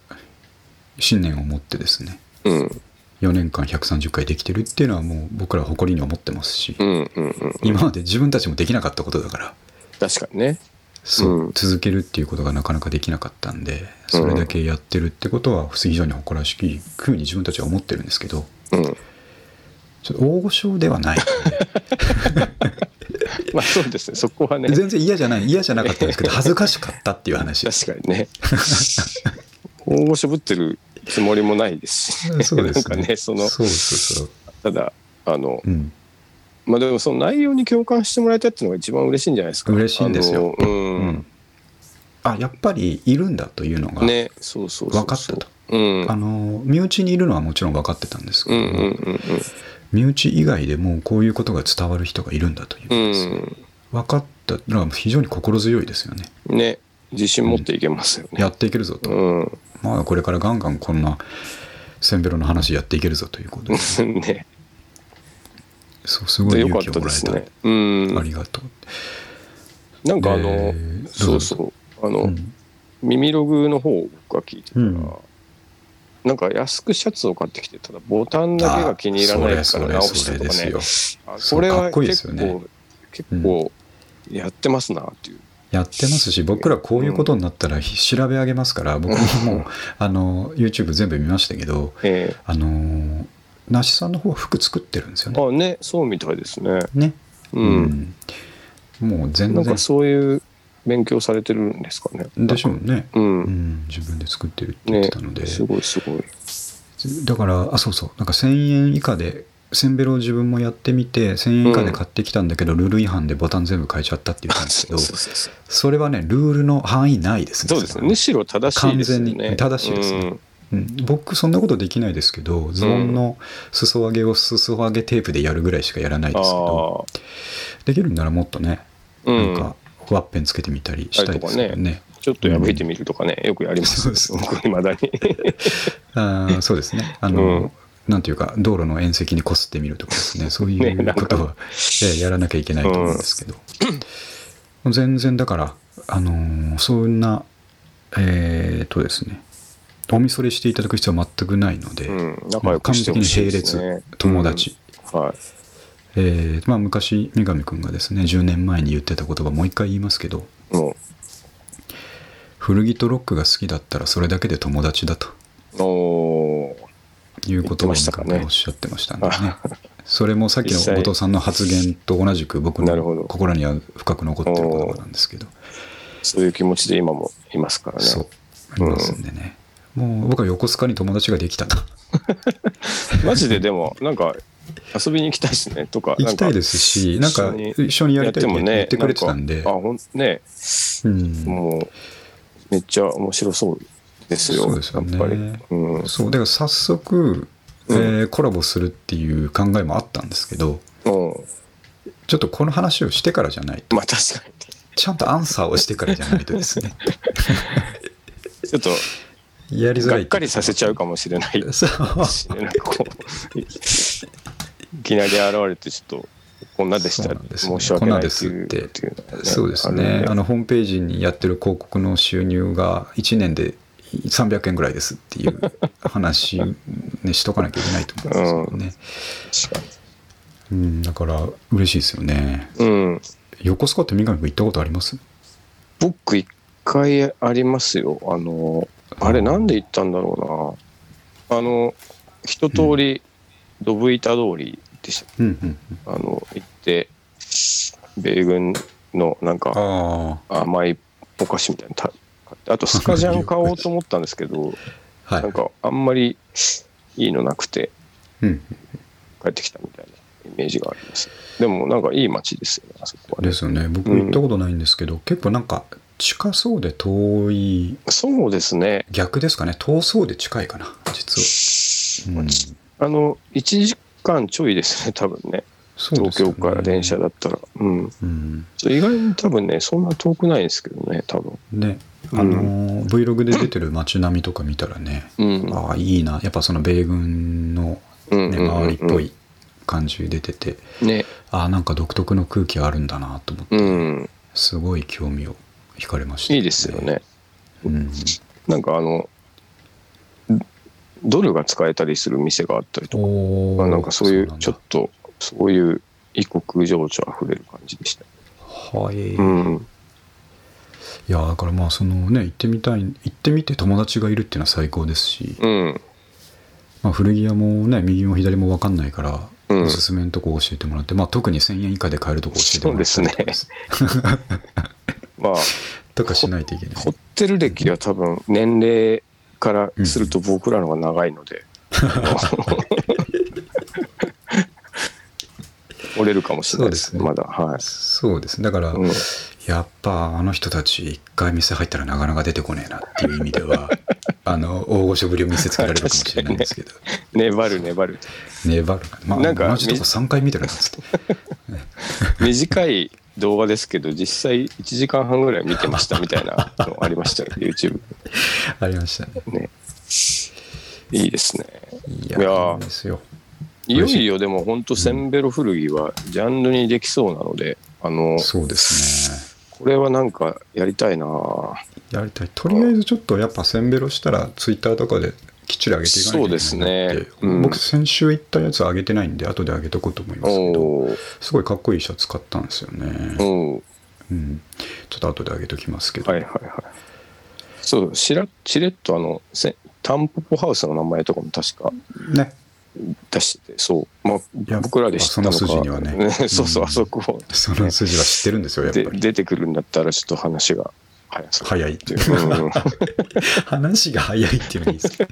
Speaker 1: 信念を持ってですね、
Speaker 2: うん
Speaker 1: 4年間130回できてるっていうのはもう僕らは誇りに思ってますし、
Speaker 2: うんうんうん。
Speaker 1: 今まで自分たちもできなかったことだから、
Speaker 2: 確かにね。
Speaker 1: そう、
Speaker 2: うん
Speaker 1: 続けるっていうことがなかなかできなかったんで、それだけやってるってことは非常に誇らしきふうに自分たちは思ってるんですけど、
Speaker 2: うん。
Speaker 1: ちょっと大御所では
Speaker 2: <laughs>
Speaker 1: ない。
Speaker 2: まあそうですね、そこはね、
Speaker 1: 全然嫌じゃない、嫌じゃなかったんですけど、恥ずかしかったっていう話。
Speaker 2: 確かにね。大御所ぶってるつもりもないですし、
Speaker 1: そうです
Speaker 2: なんかね、その、
Speaker 1: そうそうそう。
Speaker 2: ただ、あの、
Speaker 1: うん。
Speaker 2: まあでもその内容に共感してもらえたっていうのが一番嬉しいんじゃないですか。
Speaker 1: 嬉しいんですよ
Speaker 2: あのうん。
Speaker 1: あやっぱりいるんだというのが
Speaker 2: ね、そうそうそうそう
Speaker 1: 分かったと。
Speaker 2: うん。
Speaker 1: あの身内にいるのはもちろん分かってたんですけど、
Speaker 2: うんうんうん
Speaker 1: 身内以外でもうこういうことが伝わる人がいるんだという
Speaker 2: う
Speaker 1: のですね、
Speaker 2: ん。
Speaker 1: 分かったのは非常に心強いですよね
Speaker 2: うん。ね。自信持っていけますよね。
Speaker 1: やっていけるぞと、
Speaker 2: うん。
Speaker 1: まあこれからガンガンこんなせんべろの話やっていけるぞということで
Speaker 2: ね。
Speaker 1: そうすごい
Speaker 2: で、よか
Speaker 1: 勇
Speaker 2: っ
Speaker 1: 気を
Speaker 2: た
Speaker 1: も
Speaker 2: で
Speaker 1: らえ
Speaker 2: す
Speaker 1: た、
Speaker 2: ね。うん
Speaker 1: あ。りがとう
Speaker 2: なんかあの
Speaker 1: えー、ど
Speaker 2: そう
Speaker 1: ぞ
Speaker 2: うそう。あ
Speaker 1: う
Speaker 2: の、
Speaker 1: ん
Speaker 2: 耳ログの方を僕が聞いてたら、
Speaker 1: うん
Speaker 2: なんか安くシャツを買ってきてただボタンだけが気に入らないから直したとか
Speaker 1: それそれそれ
Speaker 2: ね
Speaker 1: ですよ
Speaker 2: あ
Speaker 1: そう
Speaker 2: これ
Speaker 1: か
Speaker 2: は
Speaker 1: っこいいで
Speaker 2: 結
Speaker 1: す
Speaker 2: 構
Speaker 1: よね
Speaker 2: 結構やってますなっていう、
Speaker 1: やってますし僕らこういうことになったらひ調べ上げますから僕ももう
Speaker 2: <laughs>
Speaker 1: あの YouTube 全部見ましたけど
Speaker 2: え
Speaker 1: あの那須さんの方は服作ってるんですよ
Speaker 2: え
Speaker 1: ね。
Speaker 2: あねそうみたいですね
Speaker 1: ね、
Speaker 2: うん、
Speaker 1: うんもう全
Speaker 2: なん
Speaker 1: 然
Speaker 2: かそういう勉強されてるんですかね
Speaker 1: でしょうね、
Speaker 2: う
Speaker 1: うんん、自分で作ってるって言っ
Speaker 2: ね
Speaker 1: てたので、
Speaker 2: すごいすごい
Speaker 1: だからあそうそうなんか1,000円以下でせんべろを自分もやってみて1,000円以下で買ってきたんだけど、ルール違反でボタン全部変えちゃったって言ったんですけど
Speaker 2: そうそうそう
Speaker 1: それはねルールの範囲内ですね
Speaker 2: そうですねむ
Speaker 1: ね、
Speaker 2: しろ正しいですよね
Speaker 1: 完全に正しいですね
Speaker 2: うん
Speaker 1: うん、僕そんなことできないですけどズボンの裾上げを裾上げテープでやるぐらいしかやらないですけど、
Speaker 2: ああ
Speaker 1: できるんならもっとね、
Speaker 2: う
Speaker 1: な
Speaker 2: ん
Speaker 1: んかワッペンつけてみたりしたいですけどね
Speaker 2: ちょっと破いてみるとかね、よくやります
Speaker 1: そうです
Speaker 2: 僕いまだに
Speaker 1: あーそうですね。あの、
Speaker 2: うん
Speaker 1: なんていうか、道路の縁石にこすってみるとかですね、そうい
Speaker 2: <laughs> ねな
Speaker 1: うん
Speaker 2: か
Speaker 1: ことは、えーやらなきゃいけないと思うんですけど、全然だから、あのーそんな、えー、とですね、お見それしていただく必要は全くないので、
Speaker 2: うん仲良くしてほしいです
Speaker 1: 完璧に
Speaker 2: ね
Speaker 1: 並列、友達。
Speaker 2: うんはい
Speaker 1: えーまあ、昔、三上くんがですね、10年前に言ってた言葉、もう一回言いますけど、
Speaker 2: も
Speaker 1: 古着とロックが好きだったら、それだけで友達だと。
Speaker 2: う、おー
Speaker 1: いうことを
Speaker 2: 言ってましたかね
Speaker 1: おっしゃってましたんでね。
Speaker 2: <laughs>
Speaker 1: それもさっきの後藤さんの発言と同じく僕
Speaker 2: なるほ
Speaker 1: の
Speaker 2: ど
Speaker 1: 心には深く残ってる言葉なんですけど、
Speaker 2: そういう気持ちで今もいますからね。
Speaker 1: そう、ありますんでね。もう僕は横須賀に友達ができたと。
Speaker 2: マジででも、なんか、遊びに行きたいですね、とか。。
Speaker 1: 行きたいですすし、なんか
Speaker 2: 一緒に
Speaker 1: 一緒にやりたいっ
Speaker 2: やっ
Speaker 1: て
Speaker 2: てもね
Speaker 1: 言ってくれてたんで
Speaker 2: あ、、ほん、ね、
Speaker 1: うん
Speaker 2: もう、めっちゃ面白そうですよ、
Speaker 1: そうですよね
Speaker 2: やっぱり。うん。
Speaker 1: そう、だから早速、えーコラボするっていう考えもあったんですけど、
Speaker 2: うん、
Speaker 1: ちょっとこの話をしてからじゃないと、
Speaker 2: まあ、確か
Speaker 1: ちゃんとアンサーをしてからじゃないとです <laughs> ね、
Speaker 2: に。ちょっと、
Speaker 1: やりづら
Speaker 2: が
Speaker 1: い
Speaker 2: っかりさせちゃうかもしれない
Speaker 1: そう
Speaker 2: しね、なんかこう、いきなり現れて、ちょっと、こんなでし
Speaker 1: そう
Speaker 2: た、
Speaker 1: なんですね
Speaker 2: 申し訳ないって
Speaker 1: こん
Speaker 2: いう。
Speaker 1: なですって
Speaker 2: っていうのが
Speaker 1: そうです
Speaker 2: あるん
Speaker 1: ね
Speaker 2: で
Speaker 1: あのホームページにやってる広告の収入が1年で300円ぐらいですっていう話ねしとかなきゃいけないと思うんです
Speaker 2: 確か
Speaker 1: けどね、うん、だから嬉しいですよね
Speaker 2: にうん。
Speaker 1: 横須賀って三上君行ったことあります
Speaker 2: 僕一回ありますよあのあれなんで行ったんだろうなあの一通りドブ板通りでした、
Speaker 1: うんうん
Speaker 2: あの行って米軍のなんか
Speaker 1: あ
Speaker 2: 甘いお菓子みたいなのた買ってあとスカジャン買おうと思ったんです
Speaker 1: <laughs>
Speaker 2: けど
Speaker 1: あは
Speaker 2: ないんかあんまりいいのなくて
Speaker 1: うん
Speaker 2: 帰ってきたみたいなイメージがありますでもなんかいい街ですよねあそこはね
Speaker 1: ですよね僕行ったことないんですけど、結構なんか近そうで遠い
Speaker 2: そうですね
Speaker 1: 逆ですかね遠そうで近いかな実は、うん、
Speaker 2: あの1時間ちょいですね多 <laughs> 分ね
Speaker 1: そうで
Speaker 2: 東
Speaker 1: すよ
Speaker 2: 京
Speaker 1: ね
Speaker 2: から電車だったら。うん。
Speaker 1: うん
Speaker 2: 意外に多分ね、そんな遠くないんですけどね、多分。
Speaker 1: ね、あのー Vlog で出てる街並みとか見たらね、
Speaker 2: うん。
Speaker 1: ああいいなやっぱその米軍の、
Speaker 2: うん
Speaker 1: ね、
Speaker 2: うんうんうん
Speaker 1: 周りっぽい感じ出てて、
Speaker 2: ね。
Speaker 1: ああなんか独特の空気あるんだなと思って
Speaker 2: うん。
Speaker 1: すごい興味を惹かれました、
Speaker 2: いいですよね。
Speaker 1: うん、
Speaker 2: なんかあの、ドルが使えたりする店があったりと
Speaker 1: お
Speaker 2: か、
Speaker 1: ー
Speaker 2: なんかそうい
Speaker 1: な
Speaker 2: う、
Speaker 1: んだ
Speaker 2: ちょっと、そういう異国情緒あふれる感じでした。
Speaker 1: はい、
Speaker 2: う
Speaker 1: い
Speaker 2: ん。
Speaker 1: やだからまあそのね行ってみたい行ってみて友達がいるっていうのは最高ですし、
Speaker 2: うん。
Speaker 1: まあ、古着屋もね右も左も分かんないから、
Speaker 2: うん
Speaker 1: おすすめのとこ教えてもらって、まあ、特に1,000円以下で買えるとこ教えてもらったりとかです
Speaker 2: まあ、
Speaker 1: とかしないといけない
Speaker 2: ホテル歴は多分、年齢からすると僕らの方が長い
Speaker 1: <laughs>
Speaker 2: ので、折れるかもしれないですね、
Speaker 1: そう
Speaker 2: ま
Speaker 1: です
Speaker 2: だ。はい。
Speaker 1: そうですねだから、
Speaker 2: うん <laughs>
Speaker 1: やっぱあの人たち一回店入ったらなかなか出てこねえなっていう意味ではあの大御所ぶりを見せつけられるかもしれないんです
Speaker 2: <laughs>
Speaker 1: けど、
Speaker 2: 粘る粘る。
Speaker 1: 粘るな、ま
Speaker 2: な
Speaker 1: あ、
Speaker 2: んか
Speaker 1: 同じとこ3回見てるなっつって
Speaker 2: 短い動画ですけど、実際1時間半ぐらい見てましたみたいなのありま
Speaker 1: <laughs>
Speaker 2: したよ、YouTube。
Speaker 1: ありましたね
Speaker 2: ね。いいですね。
Speaker 1: い
Speaker 2: いや
Speaker 1: や
Speaker 2: ー
Speaker 1: いいですよ
Speaker 2: いよいよでも本当センベロ古着はジャンルにできそうなので、あの、
Speaker 1: そうですね
Speaker 2: これはなんかやりたいな
Speaker 1: やりたいとりあえずちょっとやっぱせんべろしたらツイッターとかできっちり上げていかないといけないなって
Speaker 2: そうですねうん
Speaker 1: 僕先週行ったやつ上げてないんで後で上げとこうと思いますけど
Speaker 2: おー
Speaker 1: すごいかっこいいシャツ買ったんですよね、
Speaker 2: おー
Speaker 1: うん、ちょっと後で上げときますけど、
Speaker 2: はいはいはい。そう、しら、しれっとあの、せタンポポハウスの名前とかも確か
Speaker 1: ね
Speaker 2: 出してて、そう、ま
Speaker 1: や
Speaker 2: あ、僕らで知ったのか。
Speaker 1: その筋にはね
Speaker 2: <laughs> そうそう、
Speaker 1: うん
Speaker 2: あそこ
Speaker 1: その筋は知ってるんですよやっぱ
Speaker 2: で
Speaker 1: り
Speaker 2: 出てくるんだったら、ちょっと話が早そう。
Speaker 1: 早いっていう
Speaker 2: うんうん
Speaker 1: 話が早いっていうのいい
Speaker 2: <laughs>
Speaker 1: ですね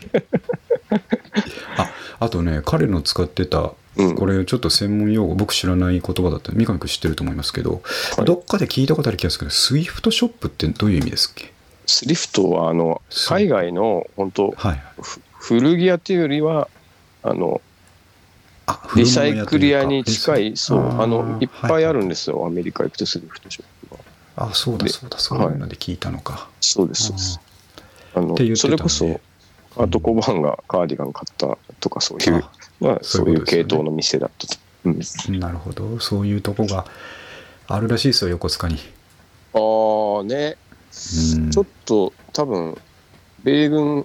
Speaker 1: ああとね彼の使ってた
Speaker 2: うん
Speaker 1: これちょっと専門用語僕知らない言葉だった三上君知ってると思いますけど、
Speaker 2: はい
Speaker 1: どっかで聞いたことある気がするけどスイフトショップってどういう意味ですっけ
Speaker 2: スリフトは、あの、
Speaker 1: そう
Speaker 2: 海外の、本当
Speaker 1: はい
Speaker 2: ふ古着屋っていうよりは、あの、
Speaker 1: あ
Speaker 2: リサイクル屋に近
Speaker 1: 古物屋とう
Speaker 2: い、
Speaker 1: か
Speaker 2: そう、
Speaker 1: ー
Speaker 2: あの、いっぱいあ
Speaker 1: は
Speaker 2: るんですよ、アメリカ行くとスリフトショップ
Speaker 1: あ
Speaker 2: は。
Speaker 1: そうだ
Speaker 2: で
Speaker 1: そうだそういうので聞いたのか、
Speaker 2: そうです、そうです。あの
Speaker 1: って言ってた
Speaker 2: そ
Speaker 1: ね
Speaker 2: れこそ、アートコバンがカーディガン買ったとか、そういう
Speaker 1: あ、
Speaker 2: まあ、
Speaker 1: そ
Speaker 2: そうう
Speaker 1: い
Speaker 2: いう
Speaker 1: ことです
Speaker 2: う
Speaker 1: よね
Speaker 2: 系統の店だったと。うん、
Speaker 1: なるほどそういうとこがあるらしいですよ横須賀に
Speaker 2: ああね、
Speaker 1: うん
Speaker 2: ちょっと多分、米軍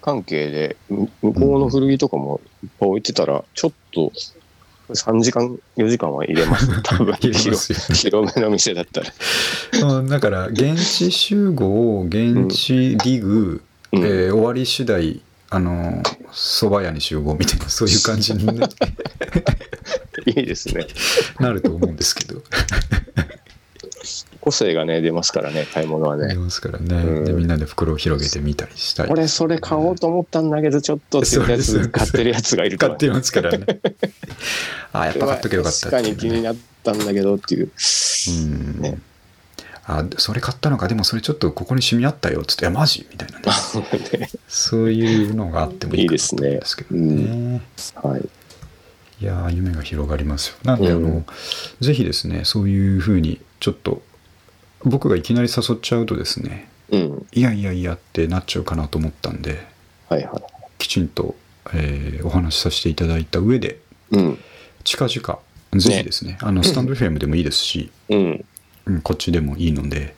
Speaker 2: 関係で、む向こうの古着とかもいっぱい置いてたら、ちょっと、3時間、4時間は入
Speaker 1: <laughs>
Speaker 2: れます。多分
Speaker 1: 入れますよね
Speaker 2: 広広めの店だったら。 <laughs>
Speaker 1: うんだから現地集合現地リグ、
Speaker 2: うん
Speaker 1: えー終わり次第あの蕎麦屋に集合みたいな <laughs> そういう感じにね
Speaker 2: いいですね。
Speaker 1: なると思うんですけ
Speaker 2: <laughs>
Speaker 1: ど
Speaker 2: 個性がね、出ますからね、買い物は
Speaker 1: あり
Speaker 2: ね。
Speaker 1: ますからね、
Speaker 2: うん
Speaker 1: でみんなで袋を広げてみたりしたい
Speaker 2: 俺、それ買おうと思ったんだけど、ちょっとっていうや
Speaker 1: そうです
Speaker 2: つ、買ってるやつがいると
Speaker 1: 買
Speaker 2: は
Speaker 1: ってますからねあやっぱ買っとけばよかった
Speaker 2: 確
Speaker 1: って
Speaker 2: か
Speaker 1: いうね
Speaker 2: に気になったんだけどっていう。
Speaker 1: うん
Speaker 2: ね
Speaker 1: あそれ買ったのかでもそれちょっとここに染み合ったよっつって「いやマジ?」みたいな
Speaker 2: <laughs>
Speaker 1: ねそういうのがあってもいいかなと思うんですけどね
Speaker 2: いいですはい。
Speaker 1: いやー夢が広がりますよなんであの、
Speaker 2: うん
Speaker 1: ぜひですねそういうふうにちょっと僕がいきなり誘っちゃうとですね
Speaker 2: うん。
Speaker 1: いやいやいやってなっちゃうかなと思ったんで
Speaker 2: はいは
Speaker 1: きちんと、えーお話しさせていただいた上で
Speaker 2: い。うん。
Speaker 1: 近々ぜひですねあのスタンド FM でもいいですし、
Speaker 2: うん。
Speaker 1: うんこっちでもいいので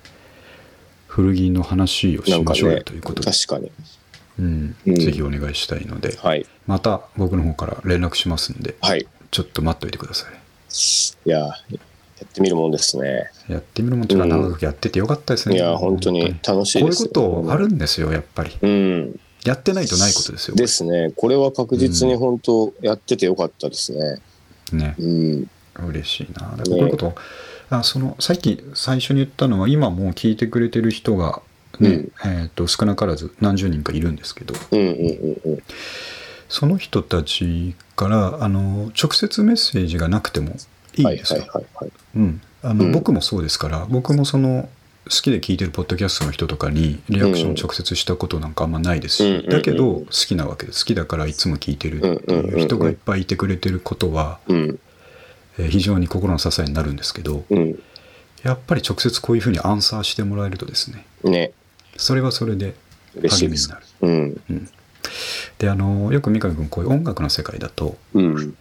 Speaker 1: 古着の話を
Speaker 2: な
Speaker 1: し
Speaker 2: んか
Speaker 1: ましょうよ
Speaker 2: ね、
Speaker 1: ということで、
Speaker 2: 確かに。
Speaker 1: うん
Speaker 2: うん
Speaker 1: ぜひお願いしたいので、
Speaker 2: はい。
Speaker 1: また僕の方から連絡しますんで
Speaker 2: はい。
Speaker 1: ちょっと待っといてください
Speaker 2: いや、やってみるもんですね。
Speaker 1: やってみるもんっていうのは長くやっててよかったですね、
Speaker 2: いや、本当に楽しい
Speaker 1: こう
Speaker 2: で
Speaker 1: いう
Speaker 2: す
Speaker 1: こ
Speaker 2: よ。
Speaker 1: とあるんですよやっぱり
Speaker 2: うん。
Speaker 1: やってないとないことですよ
Speaker 2: ですね。これは確実に本当、やっててよかったですね。
Speaker 1: ね
Speaker 2: うん。
Speaker 1: 嬉しいなだからこういうこと、あそのさっき最初に言ったのは今もう聞いてくれてる人がね、
Speaker 2: うん
Speaker 1: えー、と少なからず何十人かいるんですけど
Speaker 2: うんうんうんうん。
Speaker 1: その人たちからあの直接メッセージがなくてもいい
Speaker 2: はい
Speaker 1: です
Speaker 2: はい
Speaker 1: よ。
Speaker 2: はいはい。
Speaker 1: うんあの
Speaker 2: うん
Speaker 1: 僕もそうですから僕もその好きで聞いてるポッドキャストの人とかにリアクションを直接したことなんかあんまないですし、
Speaker 2: うん
Speaker 1: だけ
Speaker 2: うん
Speaker 1: ど
Speaker 2: うん
Speaker 1: 好きなわけです好きだからいつも聞いてるっていう人がいっぱいいてくれてることは、
Speaker 2: うん
Speaker 1: えー非常に心の支えになるんですけど
Speaker 2: うん。
Speaker 1: やっぱり直接こういうふうにアンサーしてもらえるとですね
Speaker 2: ね。
Speaker 1: それはそれで
Speaker 2: 嬉し
Speaker 1: 励
Speaker 2: いで
Speaker 1: みに
Speaker 2: す
Speaker 1: な。る。
Speaker 2: うん。
Speaker 1: であのよく三上君こういう音楽の世界だと
Speaker 2: うん。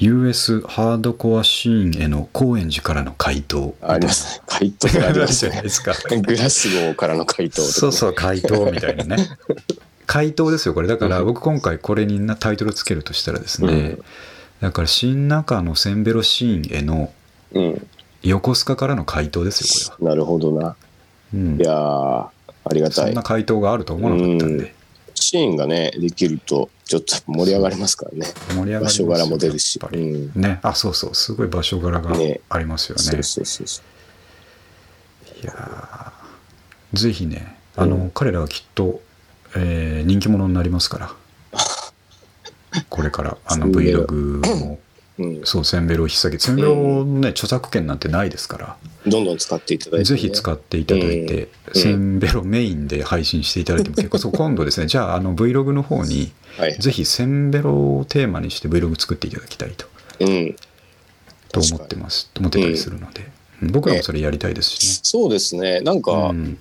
Speaker 1: US ハードコアシーンへの高円寺からの回答
Speaker 2: ありますね。回答が
Speaker 1: <laughs>
Speaker 2: あ
Speaker 1: あ
Speaker 2: り
Speaker 1: り
Speaker 2: ま
Speaker 1: ますす
Speaker 2: よ
Speaker 1: じゃない。
Speaker 2: ね
Speaker 1: です
Speaker 2: <laughs>
Speaker 1: か
Speaker 2: グラスゴーからの回答とかね
Speaker 1: そうそう回答みたいなね
Speaker 2: <laughs>
Speaker 1: 回答ですよこれだから僕今回これになタイトルつけるとしたらですね、
Speaker 2: うん
Speaker 1: だから新中のセンベロシーンへの
Speaker 2: うん。
Speaker 1: 横須賀からの回答ですよこ
Speaker 2: なるほどな。
Speaker 1: れは、うん
Speaker 2: いやー、ありが
Speaker 1: そ
Speaker 2: た
Speaker 1: ん
Speaker 2: い
Speaker 1: な。回答があると思わなかったん
Speaker 2: うん
Speaker 1: で
Speaker 2: シーンがね、できると、ちょっと盛り上がりますからね。
Speaker 1: 盛り上がりま
Speaker 2: 場
Speaker 1: す
Speaker 2: 所
Speaker 1: よ
Speaker 2: 柄も出るし
Speaker 1: やっ。ぱ
Speaker 2: う
Speaker 1: り
Speaker 2: ん。
Speaker 1: ねあそうそうすごい場所柄が
Speaker 2: ね
Speaker 1: ありますよね
Speaker 2: そうそうそうそ
Speaker 1: いやーぜひねあの、
Speaker 2: うん
Speaker 1: 彼らはきっと、え
Speaker 2: <laughs>
Speaker 1: ー人気者になりますからこれからあの
Speaker 2: そうだよ
Speaker 1: Vlog も
Speaker 2: うん、
Speaker 1: そう、せんべろを引っ提げ、せんべろのね、著作権なんてないですから、
Speaker 2: どんどん使っていただいて、
Speaker 1: ぜひ使っていただいて、
Speaker 2: うん
Speaker 1: せんべろメインで配信していただいても結構、そう今度ですね、じゃあ、あの Vlog の方に、
Speaker 2: はい。
Speaker 1: ぜひせんべろをテーマにして Vlog 作っていただきたいと
Speaker 2: うん。
Speaker 1: と思ってます、と思ってたりするので、うん僕らもそれやりたいですし
Speaker 2: そうですね。なん
Speaker 1: ね。
Speaker 2: か
Speaker 1: う、ん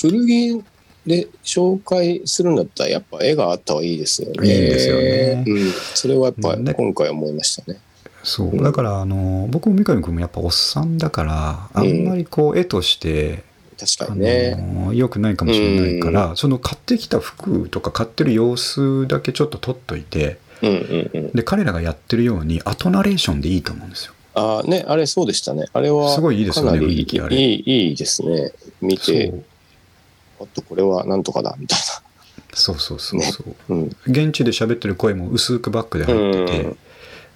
Speaker 2: 古着で紹介するんだったら、やっぱ絵があった方がいいですよね。
Speaker 1: いいですよね
Speaker 2: うん。それはやっぱ
Speaker 1: ね
Speaker 2: 今回思いましたね。
Speaker 1: そうう、
Speaker 2: ん
Speaker 1: だから、あの、僕も三上君もやっぱおっさんだから、あんまりこう、絵として、
Speaker 2: 確
Speaker 1: あ
Speaker 2: かにね。
Speaker 1: の良くないかもしれないから、その買ってきた服とか買ってる様子だけちょっと撮っといて、
Speaker 2: うんうんうん。
Speaker 1: で、彼らがやってるように、後ナレーションでいいと思うんですよ。
Speaker 2: ああ、ね、あれそうでしたね。あれは、
Speaker 1: すごいいいですよね
Speaker 2: かなり
Speaker 1: 雰囲気あれ
Speaker 2: いい、いいですね。見
Speaker 1: そう
Speaker 2: て、あとこれはなんとかだ、みたい
Speaker 1: そうそうそうそう。
Speaker 2: な。うん。
Speaker 1: 現地で喋ってる声も薄くバックで入って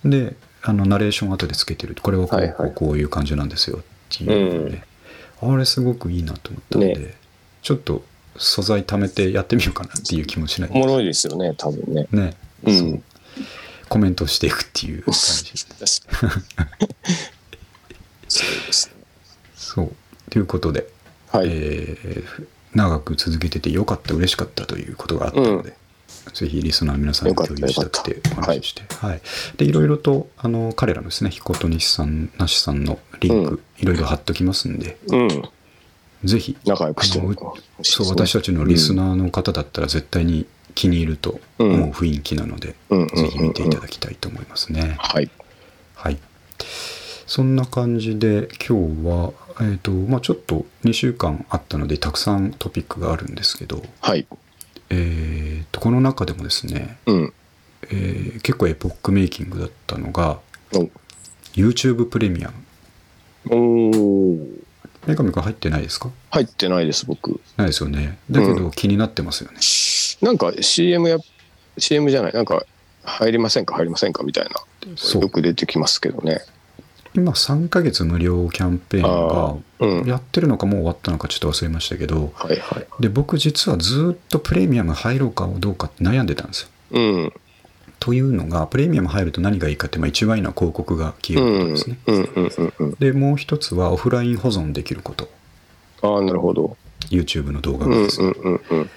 Speaker 1: て、であのナレーション後でつけてるこれはこう,、
Speaker 2: はいはい
Speaker 1: こういう感じなんですよっていうので、あれすごくいいなと思ったんで、ちょっと素材貯めてやってみようかなっていう気もしない
Speaker 2: おもろいですよね、多分ね。
Speaker 1: ね、
Speaker 2: うん
Speaker 1: そうコメントしていくっていう感じ
Speaker 2: <laughs> 確かに。そうですね。
Speaker 1: そうということで、
Speaker 2: はい。
Speaker 1: えー長く続けててよかった嬉しかったということがあったので、ぜひリスナーの皆さんに共有したくて
Speaker 2: よかった
Speaker 1: お
Speaker 2: よかった
Speaker 1: 話しして、はいでいろいろとあの彼らのですね彦と西さん那須さんのリンク、いろいろ貼っときますんで
Speaker 2: うん。
Speaker 1: ぜひ
Speaker 2: 仲良くして
Speaker 1: あの
Speaker 2: も
Speaker 1: うそう私たちのリスナーの方だったら絶対に気に入ると思う雰囲気なので、
Speaker 2: うん
Speaker 1: ぜひ見ていただきたいと思いますね。
Speaker 2: はい。
Speaker 1: はい。そんな感じで今日は、えっ、と、まあちょっと2週間あったのでたくさんトピックがあるんですけど、
Speaker 2: はい。
Speaker 1: えっ、と、この中でもですね、
Speaker 2: うん。
Speaker 1: えー結構エポックメイキングだったのが、
Speaker 2: お
Speaker 1: YouTube プレミアム。
Speaker 2: おー
Speaker 1: 三上君入ってないですか
Speaker 2: 入ってないです、僕。
Speaker 1: ないですよね。だけ
Speaker 2: う
Speaker 1: ど気になってますよね。
Speaker 2: なんか CM や、CM じゃない、なんか入りませんか、入りませんかみたいな、
Speaker 1: そ
Speaker 2: よ
Speaker 1: う。
Speaker 2: く出てきますけどね。
Speaker 1: 今3ヶ月無料キャンペーン
Speaker 2: う
Speaker 1: が
Speaker 2: ん。
Speaker 1: やってるのかもう終わったのかちょっと忘れましたけど、
Speaker 2: はいはい。
Speaker 1: で、僕実はずっとプレミアム入ろうかどうかって悩んでたんですよ。
Speaker 2: うん。
Speaker 1: というのがプレミアム入ると何がいいかって、まあ、一番いいのは広告が消
Speaker 2: う
Speaker 1: えること
Speaker 2: ん。
Speaker 1: ですね、
Speaker 2: うんうんうんうん。
Speaker 1: でもう一つはオフライン保存できること
Speaker 2: ああ、なるほど。
Speaker 1: YouTube の動画
Speaker 2: うん
Speaker 1: が
Speaker 2: うん
Speaker 1: ですね、
Speaker 2: うんうん。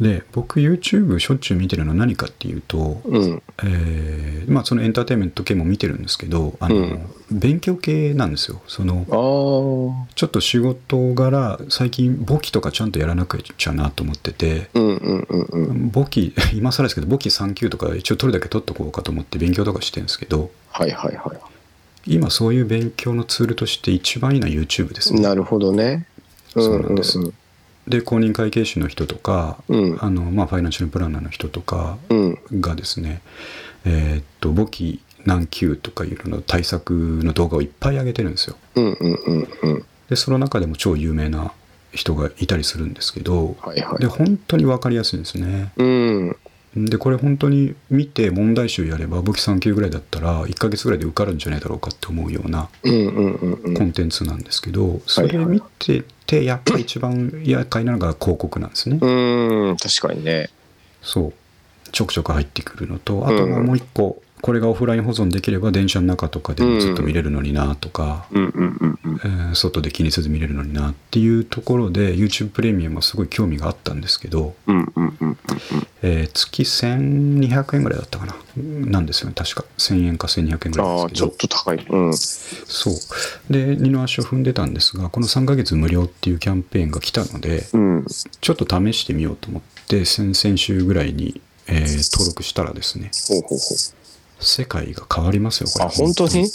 Speaker 1: で僕 YouTube しょっちゅう見てるのは何かっていうと、
Speaker 2: うん。
Speaker 1: えーまあ、そのエンターテインメント系も見てるんですけどあの、
Speaker 2: うん
Speaker 1: 勉強系なんですよその
Speaker 2: ああ。
Speaker 1: ちょっと仕事柄最近簿記とかちゃんとやらなくちゃなと思ってて
Speaker 2: うんうんうんうん。
Speaker 1: 簿記今更ですけど簿記3級とか一応取るだけ取っとこうかと思って勉強とかしてるんですけど
Speaker 2: はいはいは
Speaker 1: 今そういう勉強のツールとして一番いいのは YouTube です
Speaker 2: い。
Speaker 1: ね。
Speaker 2: なるほどね。うん
Speaker 1: そうなんです
Speaker 2: うん
Speaker 1: で公認会計士の人とか、
Speaker 2: うん
Speaker 1: あのまあ、ファイナンシャルプランナーの人とか
Speaker 2: うん。
Speaker 1: がですねえーっと簿記何級とかいうのの対策の動画をいっぱい上げてるんですよ。
Speaker 2: うんうんうんうん。
Speaker 1: でその中でも超有名な人がいたりするんですけど、
Speaker 2: はいは
Speaker 1: で
Speaker 2: い。
Speaker 1: 本当に分かりやすいんですね。
Speaker 2: うん。
Speaker 1: でこれ本当に見て問題集やれば簿記3級ぐらいだったら1ヶ月ぐらいで受かるんじゃないだろうかって思うような
Speaker 2: うんうんうんうん。
Speaker 1: コンテンツなんですけど、それ見てて、やっぱり一番厄介なのが広告なんですね。
Speaker 2: うーん、確かにね。
Speaker 1: そう。ちょくちょく入ってくるのと、あと
Speaker 2: うん
Speaker 1: もう一個、これがオフライン保存できれば電車の中とかでもずっと見れるのになとか、
Speaker 2: うんうんうんうん。
Speaker 1: えー外で気にせず見れるのになっていうところで、YouTube プレミアムはすごい興味があったんですけど、
Speaker 2: うんうんうん
Speaker 1: えー月1200円ぐらいだったかな。なんですよね、確か。1000円か1200円ぐらい
Speaker 2: あ
Speaker 1: なん
Speaker 2: あ、
Speaker 1: です
Speaker 2: ち
Speaker 1: け
Speaker 2: ょ
Speaker 1: ど
Speaker 2: っ。と高い。うん。
Speaker 1: そう。で、二の足を踏んでたんですが、この3ヶ月無料っていうキャンペーンが来たので、
Speaker 2: うん。
Speaker 1: ちょっと試してみようと思って、先々週ぐらいに、えー登録したらですね、
Speaker 2: ほうほうほう。
Speaker 1: 世界が変わりますよ、これ。
Speaker 2: あ、本当に
Speaker 1: 本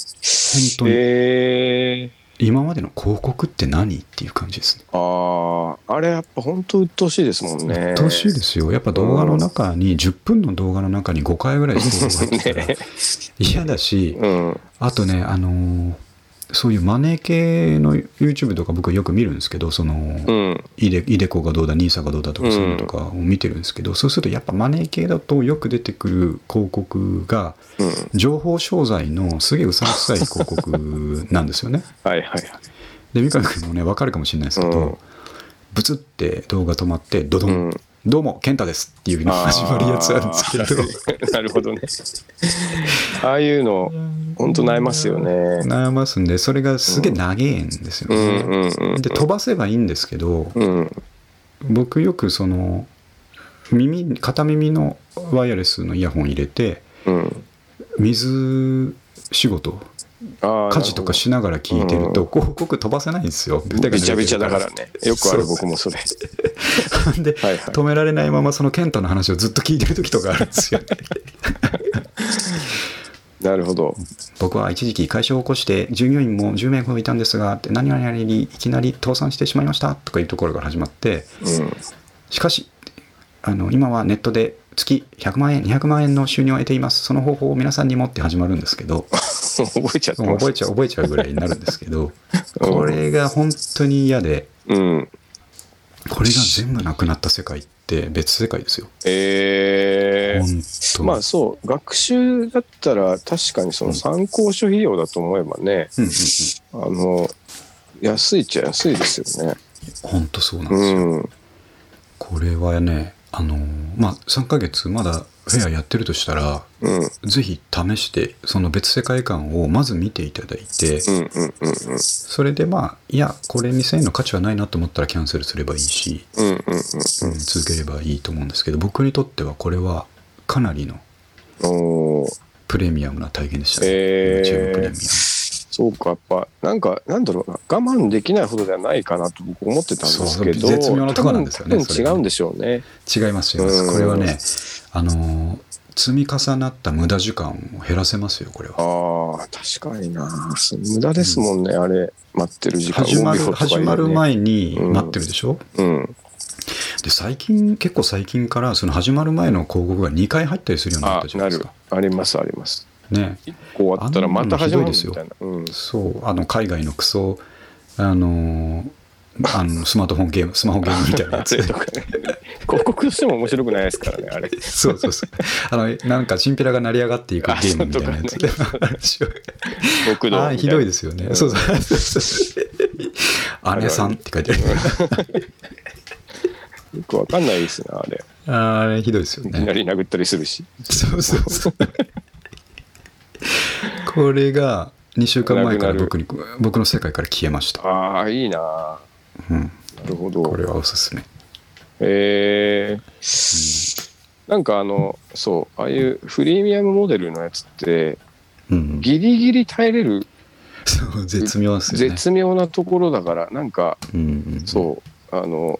Speaker 1: 当に。
Speaker 2: ええ
Speaker 1: 今までの広告って何っていう感じですね。
Speaker 2: ああ、あれやっぱ本当鬱陶しいですもんね。
Speaker 1: 鬱陶しいですよ。やっぱ動画の中に、10分の動画の中に5回ぐらい広告が入ってた
Speaker 2: <laughs>
Speaker 1: ら嫌だし、
Speaker 2: うん。
Speaker 1: あとね、あのーそういうマネー系の YouTube とか僕はよく見るんですけど、その、
Speaker 2: うん。
Speaker 1: イデイデコがどうだ、ニーサがどうだとかそういうのとかを見てるんですけど、そうするとやっぱマネー系だとよく出てくる広告が、
Speaker 2: うん。
Speaker 1: 情報商材のすげえうさんくさい広告なんですよ
Speaker 2: <laughs>
Speaker 1: ね。
Speaker 2: はいはいはい。
Speaker 1: で、三上君もね、わかるかもしれないですけど、
Speaker 2: うん
Speaker 1: ブツって動画止まって、ドドン、
Speaker 2: うん
Speaker 1: どうも、健太ですっていうのが始まるやつあるんですけど、
Speaker 2: ど。なるほどね。ああいうの、本当悩ますよね。
Speaker 1: 悩ますんで、それがすげえ長えんですよ
Speaker 2: う
Speaker 1: ね
Speaker 2: ん。うんうん。
Speaker 1: で、飛ばせばいいんですけど、
Speaker 2: うん。
Speaker 1: 僕よくその、耳、片耳のワイヤレスのイヤホン入れて、
Speaker 2: うん。
Speaker 1: 水仕事、
Speaker 2: ああ。
Speaker 1: 家事とかしながら聞いてると、広告飛ばせないんですよ。
Speaker 2: なるほどびちゃびちゃだからね。よくあ
Speaker 1: そ
Speaker 2: る
Speaker 1: う
Speaker 2: 僕もそれ。
Speaker 1: <laughs> で、
Speaker 2: はいはい
Speaker 1: 止められないままその健太の話をずっと聞いてる時とかあるんですよ、
Speaker 2: <laughs>
Speaker 1: ね、
Speaker 2: なるほど。
Speaker 1: 僕は一時期会社を起こして従業員も10名ほどいたんですがって何々にいきなり倒産してしまいましたとかいうところから始まって
Speaker 2: う
Speaker 1: しかしあの今はネットで月100万円200万円の収入を得ていますその方法を皆さんにもって始まるんですけど
Speaker 2: ん。 <laughs> 覚えちゃって
Speaker 1: もう
Speaker 2: ます。
Speaker 1: 覚えちゃう覚えちゃうぐらいになるんですけどこれが本当に嫌で
Speaker 2: うん。
Speaker 1: これが全部なくなった世界って別世界ですよ
Speaker 2: え
Speaker 1: 本
Speaker 2: ー。
Speaker 1: 当
Speaker 2: まあそう、学習だったら確かにその参考書費用だと思えばね、
Speaker 1: うんうんうん
Speaker 2: あの、安いっちゃ安いですよね。
Speaker 1: 本当そうなんですよ、
Speaker 2: うん。
Speaker 1: これはねあのまあ3ヶ月まだフェアやってるとしたら
Speaker 2: うん。うん
Speaker 1: ぜひ試してその別世界観をまず見ていただいて
Speaker 2: うんうんうん。
Speaker 1: それでまあいやこれ2000円の価値はないなと思ったらキャンセルすればいいし、
Speaker 2: うんうんうん
Speaker 1: うん続ければいいと思うんですけど僕にとってはこれはかなりの
Speaker 2: おー
Speaker 1: プレミアムな体験でしたね、
Speaker 2: えー
Speaker 1: YouTube プレミアム
Speaker 2: そうか、やっぱ、なんか、なんだろうな、我慢できないほどではないかなと僕思ってたんですけど、
Speaker 1: そう絶妙なとこなんですよね
Speaker 2: 多分
Speaker 1: そ
Speaker 2: 多
Speaker 1: れ
Speaker 2: 分
Speaker 1: が
Speaker 2: 違
Speaker 1: ね
Speaker 2: うんでしょうね。
Speaker 1: 違います違います
Speaker 2: うん
Speaker 1: これはねあの積み重なった無駄時間を減らせますよこれは
Speaker 2: ああ、確かにな。そう無駄ですもんね、あれ、待ってる時間
Speaker 1: 始ま
Speaker 2: 5
Speaker 1: る
Speaker 2: 秒とか
Speaker 1: 始
Speaker 2: 言うね
Speaker 1: まる前に待ってるでしょ、
Speaker 2: うん。
Speaker 1: で最近結構最近からその始まる前の広告が2回入ったりするようになっ
Speaker 2: あ
Speaker 1: たじゃな
Speaker 2: ない
Speaker 1: です
Speaker 2: る
Speaker 1: か。。
Speaker 2: あります、あります。
Speaker 1: ね
Speaker 2: 一個終わったらまた始まるみたいな。うん。
Speaker 1: そうあの海外のクソあのーあのスマートフォンゲームスマホゲームみたいなやつ
Speaker 2: 撮影とかね。 <laughs> 広告としても面白くないですからね、あれ。
Speaker 1: そうそうそうあのなんかチンピラが成り上がっていくゲームみたいなやつで <laughs>
Speaker 2: 僕の。
Speaker 1: あーひどいですよね、そうそうそうそう <laughs> 姉さんって書いてある
Speaker 2: よくわかんないですね、あれ。
Speaker 1: あーあれひどいですよ
Speaker 2: い
Speaker 1: ね
Speaker 2: きなり殴ったりするし。
Speaker 1: そうそうそう。これが2週間前から僕に僕の世界から消えました。
Speaker 2: ああ、いいな。
Speaker 1: うん、
Speaker 2: なるほど。
Speaker 1: これはおすすめ。
Speaker 2: えーなんかあの、そう、ああいうフリーミアムモデルのやつって、
Speaker 1: うん、
Speaker 2: ギリギリ耐えれる
Speaker 1: そう絶妙ですよね。
Speaker 2: 絶妙なところだから、なんか、
Speaker 1: うんうん、
Speaker 2: そう、あの、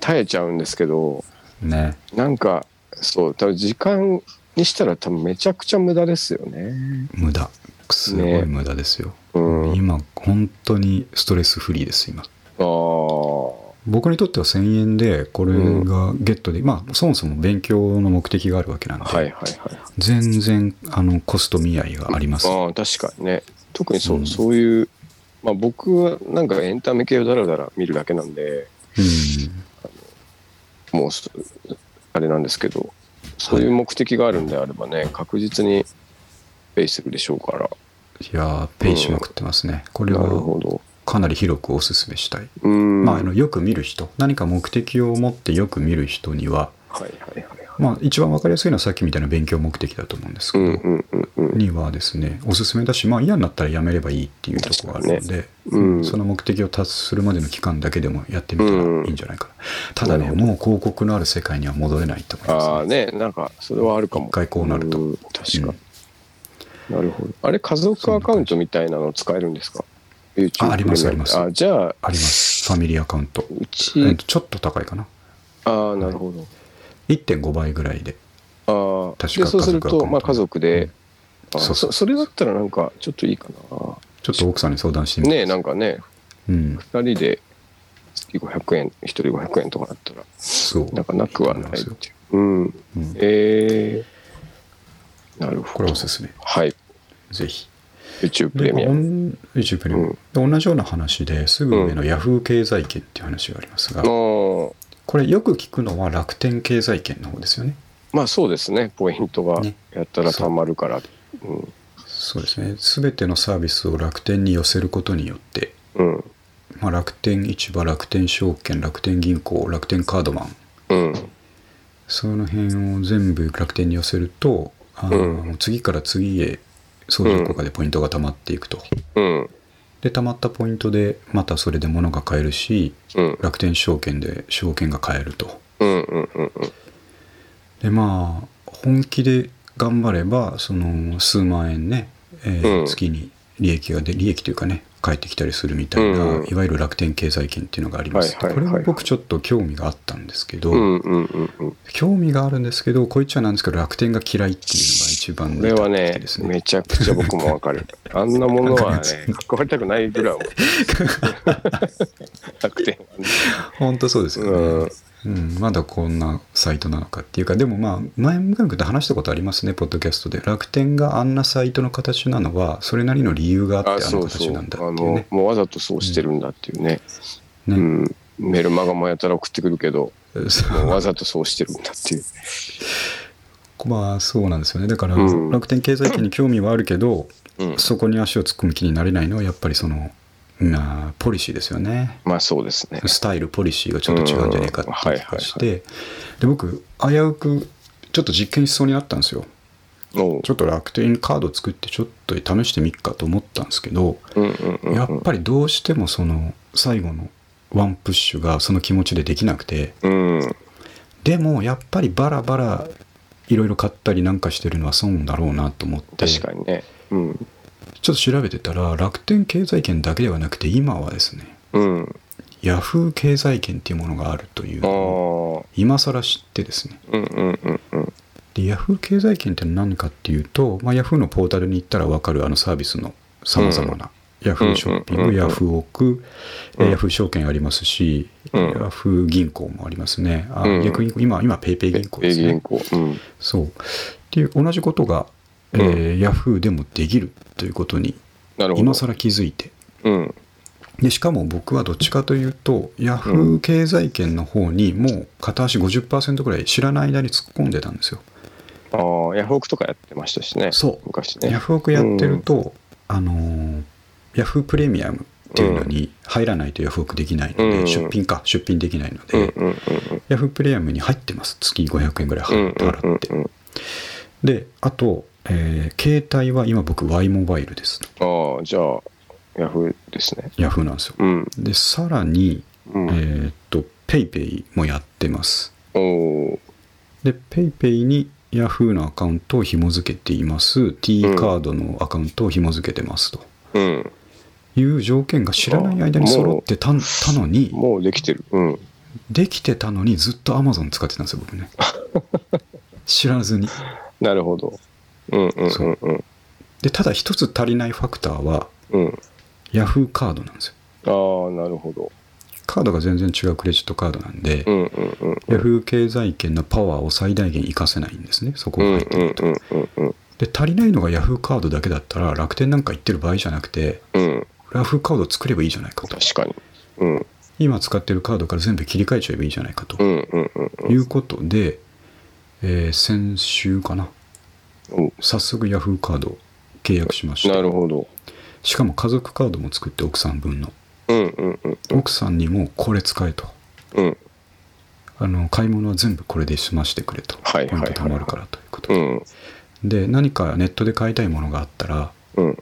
Speaker 2: 耐えちゃうんですけど、
Speaker 1: ね。
Speaker 2: なんか、そう、多分時間にしたら多分めちゃくちゃ無駄ですよね。
Speaker 1: 無駄。すごい無駄ですよ。
Speaker 2: うん。あ
Speaker 1: 今、本当にストレスフリーです、今。
Speaker 2: あー、
Speaker 1: 僕にとっては1000円で、これがゲットで、まあ、そもそも勉強の目的があるわけなんで、
Speaker 2: はいはいはい。
Speaker 1: 全然、あの、コスト見合いがあります。
Speaker 2: ああ、確かにね。特にそう、
Speaker 1: うん
Speaker 2: そういう、まあ僕はなんかエンタメ系をだらだら見るだけなんで、
Speaker 1: うん
Speaker 2: もうすあれなんですけどそういう目的があるんであればね、確実にペイするでしょうから
Speaker 1: いやーペイしまくってますね。これ
Speaker 2: なる
Speaker 1: は
Speaker 2: ほど
Speaker 1: かなり広くおすすめしたい、
Speaker 2: うーん
Speaker 1: まあ、あのよく見る人何か目的を持ってよく見る人には、
Speaker 2: はいはいはいはい
Speaker 1: まあ、一番わかりやすいのはさっきみたいな勉強目的だと思うんですけ
Speaker 2: う
Speaker 1: ど、
Speaker 2: んうんうんうん
Speaker 1: にはですねおすすめだし、まあ、嫌になったらやめればいいっていうところがあるの
Speaker 2: 確
Speaker 1: で、
Speaker 2: うん
Speaker 1: その目的を達するまでの期間だけでもやってみたら
Speaker 2: うん
Speaker 1: いいんじゃないかな、ただね
Speaker 2: なるほ
Speaker 1: もう広告のある世界には戻れないと思い
Speaker 2: あ
Speaker 1: ま
Speaker 2: あねなんかそれはあるかも
Speaker 1: 一回こうなると
Speaker 2: ん確
Speaker 1: う
Speaker 2: か
Speaker 1: ん
Speaker 2: に、なるほどあれ家族アカウントみたいなの使えるんですか YouTube
Speaker 1: ああります
Speaker 2: プレミアム
Speaker 1: あります
Speaker 2: あじゃあ
Speaker 1: すありますファミリーアカウント、
Speaker 2: う
Speaker 1: えっ
Speaker 2: ち
Speaker 1: とちょっと高いかな
Speaker 2: ああなるほど
Speaker 1: 1.5倍ぐらいで
Speaker 2: ああ
Speaker 1: 確か
Speaker 2: でそうする
Speaker 1: 家族アカウン
Speaker 2: と、
Speaker 1: ト
Speaker 2: まあ、家族で、
Speaker 1: うん
Speaker 2: あ
Speaker 1: そうそう
Speaker 2: そ
Speaker 1: そう
Speaker 2: それだったらなんかちょっといいか
Speaker 1: ちょっと奥さんに相談して
Speaker 2: な
Speaker 1: みて、
Speaker 2: ねえなんかね
Speaker 1: うん
Speaker 2: 2人で月500円、1人500円とかだったら、
Speaker 1: そう
Speaker 2: なんかなくは
Speaker 1: と思
Speaker 2: ないい
Speaker 1: ま
Speaker 2: っ
Speaker 1: すよ
Speaker 2: ていう。うん。
Speaker 1: うん
Speaker 2: えー、なる
Speaker 1: こ
Speaker 2: ほ
Speaker 1: れ
Speaker 2: ど
Speaker 1: お。すすめ
Speaker 2: はい。
Speaker 1: ぜひ
Speaker 2: YouTube プ
Speaker 1: で
Speaker 2: レ
Speaker 1: ま
Speaker 2: ミ
Speaker 1: あ
Speaker 2: ア
Speaker 1: オ
Speaker 2: ム。
Speaker 1: ン YouTube プレミアムで同じような話ですぐ上のヤフー経済圏っていう話がありますが、
Speaker 2: の
Speaker 1: これよく聞くのは楽天経済圏の方ですよね
Speaker 2: まあそうですね、ポイントが
Speaker 1: ね
Speaker 2: やったらたまるから。うん
Speaker 1: そうですね全てのサービスを楽天に寄せることによって、
Speaker 2: うん。
Speaker 1: まあ、楽天市場楽天証券楽天銀行楽天カードマン
Speaker 2: うん。
Speaker 1: その辺を全部楽天に寄せるとあの、次から次へ相乗効果でポイントが貯まっていくと、
Speaker 2: うん。
Speaker 1: で貯まったポイントでまたそれで物が買えるし
Speaker 2: うん。
Speaker 1: 楽天証券で証券が買えると
Speaker 2: うん。うん。うん。
Speaker 1: でまあ本気で頑張ればその数万円ね、えー
Speaker 2: うん
Speaker 1: 月に利益がで利益というかね返ってきたりするみたいな、
Speaker 2: うん
Speaker 1: いわゆる楽天経済圏っていうのがあります、
Speaker 2: はいはい
Speaker 1: これ
Speaker 2: は
Speaker 1: はい僕ちょっと興味があったんですけど、
Speaker 2: うん。うん。うん。うん。
Speaker 1: 興味があるんですけどこいつはなんですけど楽天が嫌いっていうのが一番
Speaker 2: これはね
Speaker 1: で、すね
Speaker 2: めちゃくちゃ僕もわ <laughs> かる。あんなもの <laughs> はね、関わりたくないぐらい <laughs> 思う。楽天
Speaker 1: 本当そうですよね、
Speaker 2: はね。
Speaker 1: うん、まだこんなサイトなのかっていうかでもまあ前向くと話したことありますねポッドキャストで楽天があんなサイトの形なのはそれなりの理由があって
Speaker 2: あ、
Speaker 1: あの
Speaker 2: そう
Speaker 1: 形
Speaker 2: そう。
Speaker 1: な
Speaker 2: あ
Speaker 1: んだっていう
Speaker 2: の
Speaker 1: ね、
Speaker 2: もうわざとそうしてるんだっていうね。
Speaker 1: ね
Speaker 2: うん。メルマガもやたら送ってくるけど、
Speaker 1: そう
Speaker 2: もうわざとそうしてるんだっていう。
Speaker 1: <laughs> まあそうなんですよねだから
Speaker 2: うん
Speaker 1: 楽天経済圏に興味はあるけど、
Speaker 2: うん。
Speaker 1: そこに足を突っ込む気になれないのはやっぱりそのなポリシーですよね
Speaker 2: まあそうですね。
Speaker 1: スタイルポリシーがちょっと違うんじゃないかって
Speaker 2: う
Speaker 1: い
Speaker 2: ん
Speaker 1: う気がして、で僕危うくちょっと実験しそうになったんですよ
Speaker 2: おう
Speaker 1: ちょっと楽天カード作ってちょっと試してみっかと思ったんですけど、
Speaker 2: うんうんうん
Speaker 1: やっぱりどうしてもその最後のワンプッシュがその気持ちでできなくて
Speaker 2: うん。うん。
Speaker 1: でもやっぱりバラバラいろいろ買ったりなんかしてるのは損だろうなと思って
Speaker 2: 確かにね。うん。
Speaker 1: ちょっと調べてたら楽天経済圏だけではなくて今はですね
Speaker 2: うん。
Speaker 1: ヤフー経済圏っていうものがあるという
Speaker 2: ああ。
Speaker 1: のを今更知ってですね
Speaker 2: うんうんうんうん。
Speaker 1: でヤフー経済圏って何かっていうと、まあ、ヤフーのポータルに行ったら分かるあのサービスのさまざまな、ヤフーショッピング、
Speaker 2: うんうんうん
Speaker 1: ヤフーオク、えー
Speaker 2: うん
Speaker 1: ヤフー証券ありますし、
Speaker 2: うん
Speaker 1: ヤフー銀行もありますねあ、
Speaker 2: うん
Speaker 1: ヤフー銀行今今ペイペイ銀行です
Speaker 2: 銀
Speaker 1: ね
Speaker 2: 行。うん。
Speaker 1: そうっていう同じことが、えーヤフーでもできるということに
Speaker 2: なるほど。
Speaker 1: 今更気づいて
Speaker 2: うん。
Speaker 1: でしかも僕はどっちかというとヤフー経済圏の方にもう片足50%ぐらい知らない間に突っ込んでたんですよ
Speaker 2: ああ、ヤフオクとかやってましたしね。
Speaker 1: そう
Speaker 2: 昔ね。
Speaker 1: ヤフオクやってると、あのーヤフープレミアムっていうのに入らないとヤフオクできないので、
Speaker 2: うん
Speaker 1: 出品か出品できないの
Speaker 2: う
Speaker 1: で、
Speaker 2: んうんうん
Speaker 1: ヤフープレミアムに入ってます月500円ぐらい
Speaker 2: うん。うん
Speaker 1: 払って
Speaker 2: うんうんうん。
Speaker 1: であと、えー携帯は今僕 Y モバイルです
Speaker 2: ああ、じゃあ、ヤフーですね。
Speaker 1: ヤフーなんですよ
Speaker 2: うん。
Speaker 1: でさらに、
Speaker 2: う
Speaker 1: え
Speaker 2: ん。
Speaker 1: ーっと PayPay もやってます
Speaker 2: おお
Speaker 1: で PayPay にヤフーのアカウントを紐付けています T カードのアカウントを紐付けてますと、
Speaker 2: ー。うん。
Speaker 1: いう条件が知らない間に揃ってたたのに
Speaker 2: もうできてる。うん。
Speaker 1: できてたのにずっと Amazon 使ってたんですよ僕
Speaker 2: <laughs>
Speaker 1: ね知らずに
Speaker 2: なるほど。うんうんうんうん。
Speaker 1: でただ一つ足りないファクターは
Speaker 2: うん。
Speaker 1: Yahoo カードなんですよ
Speaker 2: ああ、なるほど。
Speaker 1: カードが全然違うクレジットカードなんで、
Speaker 2: うんうんうん。
Speaker 1: Yahoo 経済圏のパワーを最大限活かせないんですねそこ
Speaker 2: う
Speaker 1: が
Speaker 2: ん
Speaker 1: 入
Speaker 2: う
Speaker 1: っ
Speaker 2: ん
Speaker 1: て
Speaker 2: うんうんうん。
Speaker 1: で足りないのが Yahoo カードだけだったら楽天なんか行ってる場合じゃなくて
Speaker 2: うん。
Speaker 1: Yahoo カードを作ればいいじゃないかと
Speaker 2: 確かに。うん
Speaker 1: 今使ってるカードから全部切り替えちゃえばいいじゃないかと
Speaker 2: うんうんうん
Speaker 1: いうことで、えー先週かな
Speaker 2: うん。
Speaker 1: 早速 Yahoo カードを契約しまし
Speaker 2: な
Speaker 1: た
Speaker 2: るほど。
Speaker 1: しかも家族カードも作って奥さん分の
Speaker 2: うんうんうん
Speaker 1: 奥さんにもこれ使えと
Speaker 2: うん。
Speaker 1: あの買い物は全部これで済ましてくれとポ
Speaker 2: は
Speaker 1: イ
Speaker 2: い
Speaker 1: ン
Speaker 2: はいはい
Speaker 1: ト貯まるからということ
Speaker 2: う
Speaker 1: で
Speaker 2: ん
Speaker 1: で何かネットで買いたいものがあったら
Speaker 2: うん。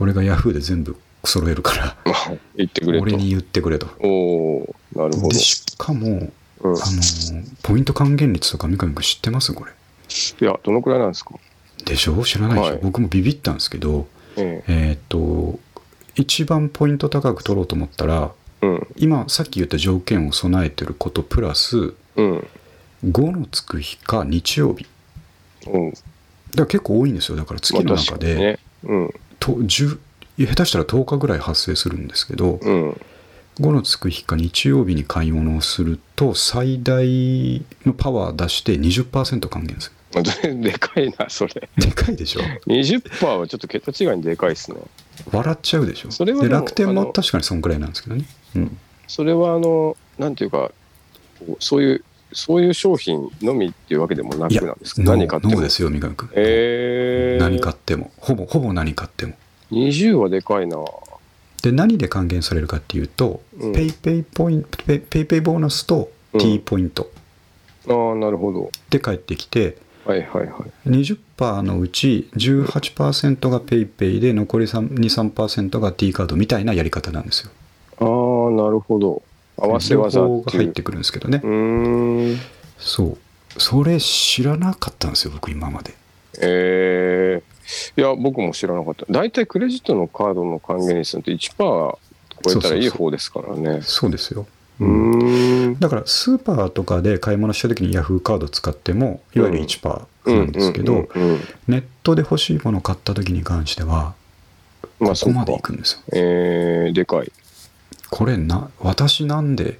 Speaker 1: 俺が Yahoo で全部揃えるから
Speaker 2: まあ、言ってくれと。
Speaker 1: 俺に言ってくれと
Speaker 2: おおーなるほ
Speaker 1: で
Speaker 2: ど。
Speaker 1: しかも
Speaker 2: うん
Speaker 1: あのポイント還元率とか三上君知ってますこれ
Speaker 2: いや、どのくらいなんですか
Speaker 1: でしょ知らないでしょ、
Speaker 2: はい
Speaker 1: 僕もビビったんですけど
Speaker 2: え
Speaker 1: えーっと一番ポイント高く取ろうと思ったら
Speaker 2: え。うん
Speaker 1: 今さっき言った条件を備えてることプラス
Speaker 2: うん。
Speaker 1: 5のつく日か日曜日
Speaker 2: うん。
Speaker 1: だから結構多いんですよだから月の中で、
Speaker 2: ね。うん
Speaker 1: と10下手したら10日ぐらい発生するんですけど
Speaker 2: うん。
Speaker 1: 5のつく日か日曜日に買い物をすると最大のパワー出して20%還元す
Speaker 2: まあ <laughs> ででかいな、それ。
Speaker 1: るでかいでしょ
Speaker 2: 20%はちょっと桁違いにでかいですね。
Speaker 1: 笑っちゃうでしょ
Speaker 2: それは
Speaker 1: で
Speaker 2: でも
Speaker 1: 楽天
Speaker 2: あ
Speaker 1: も
Speaker 2: の
Speaker 1: 確かにそんくらいなんですけどね、うん、
Speaker 2: それは、あの、なんていうか、こうそういう、そういう商品のみっていうわけでもなく
Speaker 1: いや
Speaker 2: なんですか何買って
Speaker 1: ノ
Speaker 2: も
Speaker 1: ー。ですよ三上君、
Speaker 2: えー、
Speaker 1: 何買ってもほぼほぼ何買っても
Speaker 2: 20はでかいな。
Speaker 1: で何で還元されるかっていうと、
Speaker 2: うん
Speaker 1: ペイペイポイントペイペイペイボーナスと
Speaker 2: うん
Speaker 1: T ポイント
Speaker 2: ああ、なるほど。
Speaker 1: で返ってきて、
Speaker 2: はいはいはい。
Speaker 1: 20%のうち18%が PayPay ペイペイで残り3 23%が T カードみたいなやり方なんですよ。
Speaker 2: ああ、なるほど。合わせ技
Speaker 1: 両方
Speaker 2: っ
Speaker 1: が
Speaker 2: てい
Speaker 1: 入っ
Speaker 2: う。
Speaker 1: てくるんですけどね
Speaker 2: う。ーん。
Speaker 1: そう。それ知らなかったんですよ、僕今まで。
Speaker 2: えー、いや、僕も知らなかった。大体クレジットのカードの還元率なんて1%超えたらいい方ですからね。
Speaker 1: そうですよ。
Speaker 2: うーん。
Speaker 1: だからスーパーとかで買い物した時にヤフーカード使ってもいわゆる1%なんですけど、
Speaker 2: うんうんうんうん
Speaker 1: ネットで欲しいものを買った時に関してはこ
Speaker 2: まあ、
Speaker 1: こ
Speaker 2: そ
Speaker 1: ま
Speaker 2: っ
Speaker 1: で
Speaker 2: か
Speaker 1: 行。くんですよ。
Speaker 2: えー、でかい。
Speaker 1: これな私なんで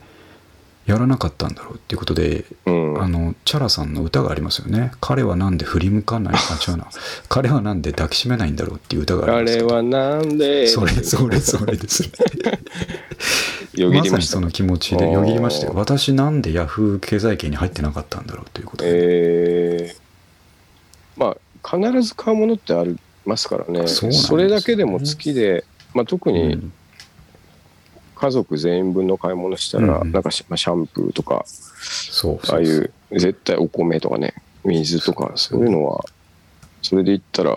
Speaker 1: やらなかったんだろうっていうことで
Speaker 2: うん。
Speaker 1: あのチャラさんの歌がありますよね「彼はなんで振り向かない」あ違うな「彼はなんで抱きしめないんだろう」っていう歌があ
Speaker 2: あ
Speaker 1: りますけ
Speaker 2: れ
Speaker 1: ど
Speaker 2: はなんで
Speaker 1: それそれそれです
Speaker 2: よぎ
Speaker 1: ま
Speaker 2: り
Speaker 1: さ
Speaker 2: ま
Speaker 1: に
Speaker 2: した
Speaker 1: そ。の気持ちでよぎりましたよ
Speaker 2: あー
Speaker 1: 私なんでヤフー経済圏に入ってなかったんだろうということで、
Speaker 2: えー、まあ必ず買うものってありますからね
Speaker 1: そうなんですよね
Speaker 2: れだけでも月で、まあ、特
Speaker 1: う
Speaker 2: に
Speaker 1: ん
Speaker 2: 家族全員分の買い物したら、
Speaker 1: うんうん
Speaker 2: なんかしまあシャンプーとか
Speaker 1: そう
Speaker 2: あ
Speaker 1: そ
Speaker 2: あ
Speaker 1: う
Speaker 2: い
Speaker 1: そう
Speaker 2: う絶対お米とかね水とか
Speaker 1: そ
Speaker 2: そ
Speaker 1: そ
Speaker 2: う
Speaker 1: う
Speaker 2: ういうのはそれで言ったら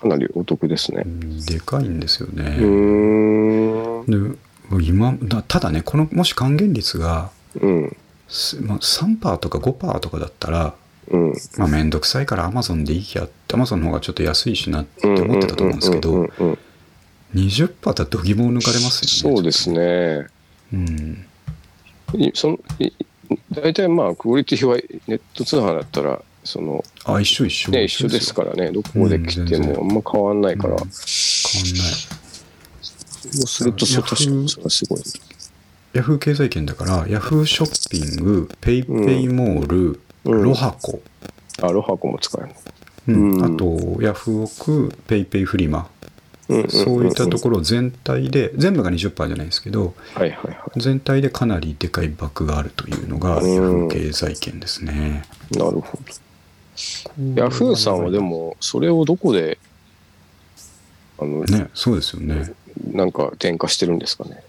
Speaker 2: かなりお得ですね
Speaker 1: う。んでかいんですよ
Speaker 2: うー
Speaker 1: ね、
Speaker 2: んうん
Speaker 1: でもう今だただねこのもし還元率が
Speaker 2: うん
Speaker 1: すまあ3%とか5%とかだったら
Speaker 2: うん
Speaker 1: まあ、めんどくさいからアマゾンでいいやってアマゾンの方がちょっと安いしなって
Speaker 2: うん
Speaker 1: 思ってたと思うんですけ
Speaker 2: う
Speaker 1: ど
Speaker 2: んうんうん
Speaker 1: 20%だったら度肝を抜かれますよね
Speaker 2: そうですね。
Speaker 1: うん
Speaker 2: いそのい大体まあクオリティはネット通販だったらその
Speaker 1: あ一緒一緒
Speaker 2: ね、一緒ですからね、どこで切って
Speaker 1: うん全然
Speaker 2: もあんま変わんないから、
Speaker 1: うん変わん
Speaker 2: もう
Speaker 1: ない
Speaker 2: するとそっとしそれはすごい。
Speaker 1: ヤフー経済圏だからヤフーショッピングペイペイモール、
Speaker 2: うん
Speaker 1: ロハコ、
Speaker 2: アロハコも使える
Speaker 1: うん
Speaker 2: うん
Speaker 1: あとヤフオクペイペイフリマ、
Speaker 2: の。ん
Speaker 1: そういったと
Speaker 2: ろ。
Speaker 1: ころ全体で全部が20%じゃないですけど
Speaker 2: はいはいは
Speaker 1: 全体でかなりでかいバックがあるというのがヤ
Speaker 2: う
Speaker 1: フ
Speaker 2: ん
Speaker 1: ー経済圏ですね、
Speaker 2: い。なるほど。ヤフーさんはでも、それをどこで、あの、
Speaker 1: ねそうですよね
Speaker 2: なんか転化してるんですかね。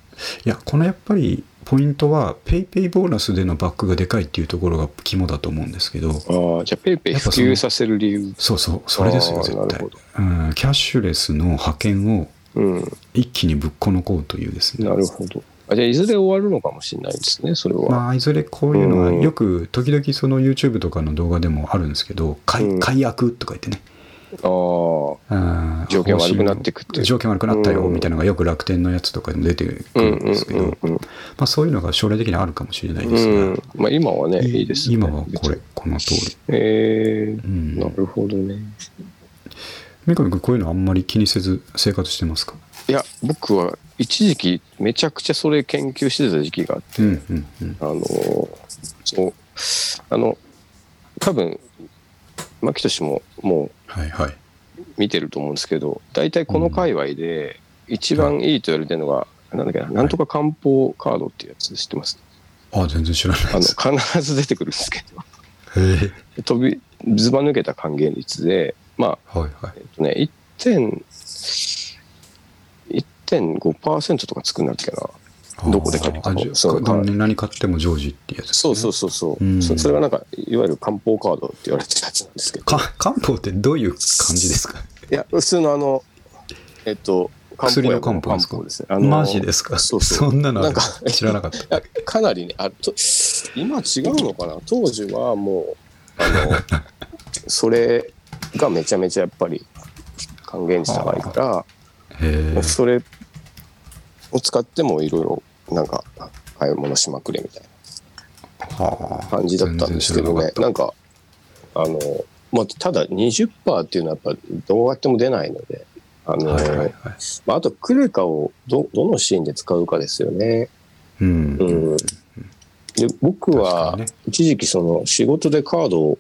Speaker 1: いやこのやっぱりポイントはペイペイボーナスでのバックがでかいっていうところが肝だと思うんですけど
Speaker 2: ああ、じゃあ、ペイペイ
Speaker 1: やっ
Speaker 2: 普
Speaker 1: ぱその
Speaker 2: 及させる理由。
Speaker 1: そうそうそれです
Speaker 2: あ
Speaker 1: よ
Speaker 2: ー
Speaker 1: 絶
Speaker 2: なる
Speaker 1: 対
Speaker 2: ほど
Speaker 1: うんキャッシュレスの派遣を
Speaker 2: うん、
Speaker 1: 一気にぶっこ抜こうというですね
Speaker 2: なるほど。あじゃあ、いずれ終わるのかもしれないですね、それは。
Speaker 1: まあいずれこういうのは
Speaker 2: うん
Speaker 1: よく時々その YouTube とかの動画でもあるんですけど
Speaker 2: う
Speaker 1: 解
Speaker 2: ん
Speaker 1: 解約とか言ってね
Speaker 2: ああ、
Speaker 1: あー
Speaker 2: 条件悪くなってくっていう
Speaker 1: 条件悪くなったよ
Speaker 2: うん
Speaker 1: みたいなのがよく楽天のやつとかでも出てく
Speaker 2: うん
Speaker 1: るん
Speaker 2: うん
Speaker 1: ですけど、
Speaker 2: うんうん。
Speaker 1: まあ、そういうのが将来的にあるかもしれないですが、
Speaker 2: うん、まあ今はね、いいです、ね。
Speaker 1: 今はこれ。この通り
Speaker 2: えー、
Speaker 1: うん
Speaker 2: なるほどね。
Speaker 1: 三上君こういうのあんまり気にせず生活してますか
Speaker 2: いや、僕は一時期めちゃくちゃそれ研究してた時期があって、
Speaker 1: うんうんうん
Speaker 2: あのー、そう、あの、多分、牧俊もも
Speaker 1: はいはいう
Speaker 2: 見てると思うんですけど、大体この界隈で一番いいと言われてるのが、なんだっけな、なんとか漢方カードっていうやつ知ってます。
Speaker 1: あ全然知らない
Speaker 2: あ
Speaker 1: で
Speaker 2: の、
Speaker 1: す
Speaker 2: 必ず出てくるんですけ
Speaker 1: へえ
Speaker 2: ど、飛び、ずば抜けた還元率で、まあ、
Speaker 1: はいはい
Speaker 2: えっとね、1点、1.5%とかつくんだっけな。
Speaker 1: あー
Speaker 2: どこで買ったの
Speaker 1: あじゃあ
Speaker 2: そう
Speaker 1: だ何買っても常時ってやつ
Speaker 2: そうそうそうそ
Speaker 1: う
Speaker 2: う、
Speaker 1: ん
Speaker 2: そ。それがなんか、いわゆる漢方カードって言われてたやつなんですけど。
Speaker 1: か漢方ってどういう感じですか
Speaker 2: いや、普通のあの、えっと、
Speaker 1: 薬の漢
Speaker 2: 薬の
Speaker 1: 方ですか
Speaker 2: ですね。あの
Speaker 1: マジですか
Speaker 2: そうそう。
Speaker 1: んなのある
Speaker 2: なんか
Speaker 1: 知らなかった
Speaker 2: <laughs> いやかなりね、あと今違うのかな当時はもう、あ
Speaker 1: <laughs>
Speaker 2: の、それがめちゃめちゃやっぱり還元率高いから、
Speaker 1: へえ
Speaker 2: それを使ってもいろいろなんか買い物しまくれみたい
Speaker 1: はあ
Speaker 2: な感じだったんですけどね
Speaker 1: 全然知
Speaker 2: な
Speaker 1: ら
Speaker 2: んかあの、まあ、ただ20%っていうのはやっぱどうやっても出ないのであの、
Speaker 1: なかったはいはいはい
Speaker 2: まあ、あとクレカをどどのシーンで使うかですよね。
Speaker 1: うん
Speaker 2: うん、で僕
Speaker 1: 確か
Speaker 2: は
Speaker 1: にね
Speaker 2: 一時期その仕事でカードを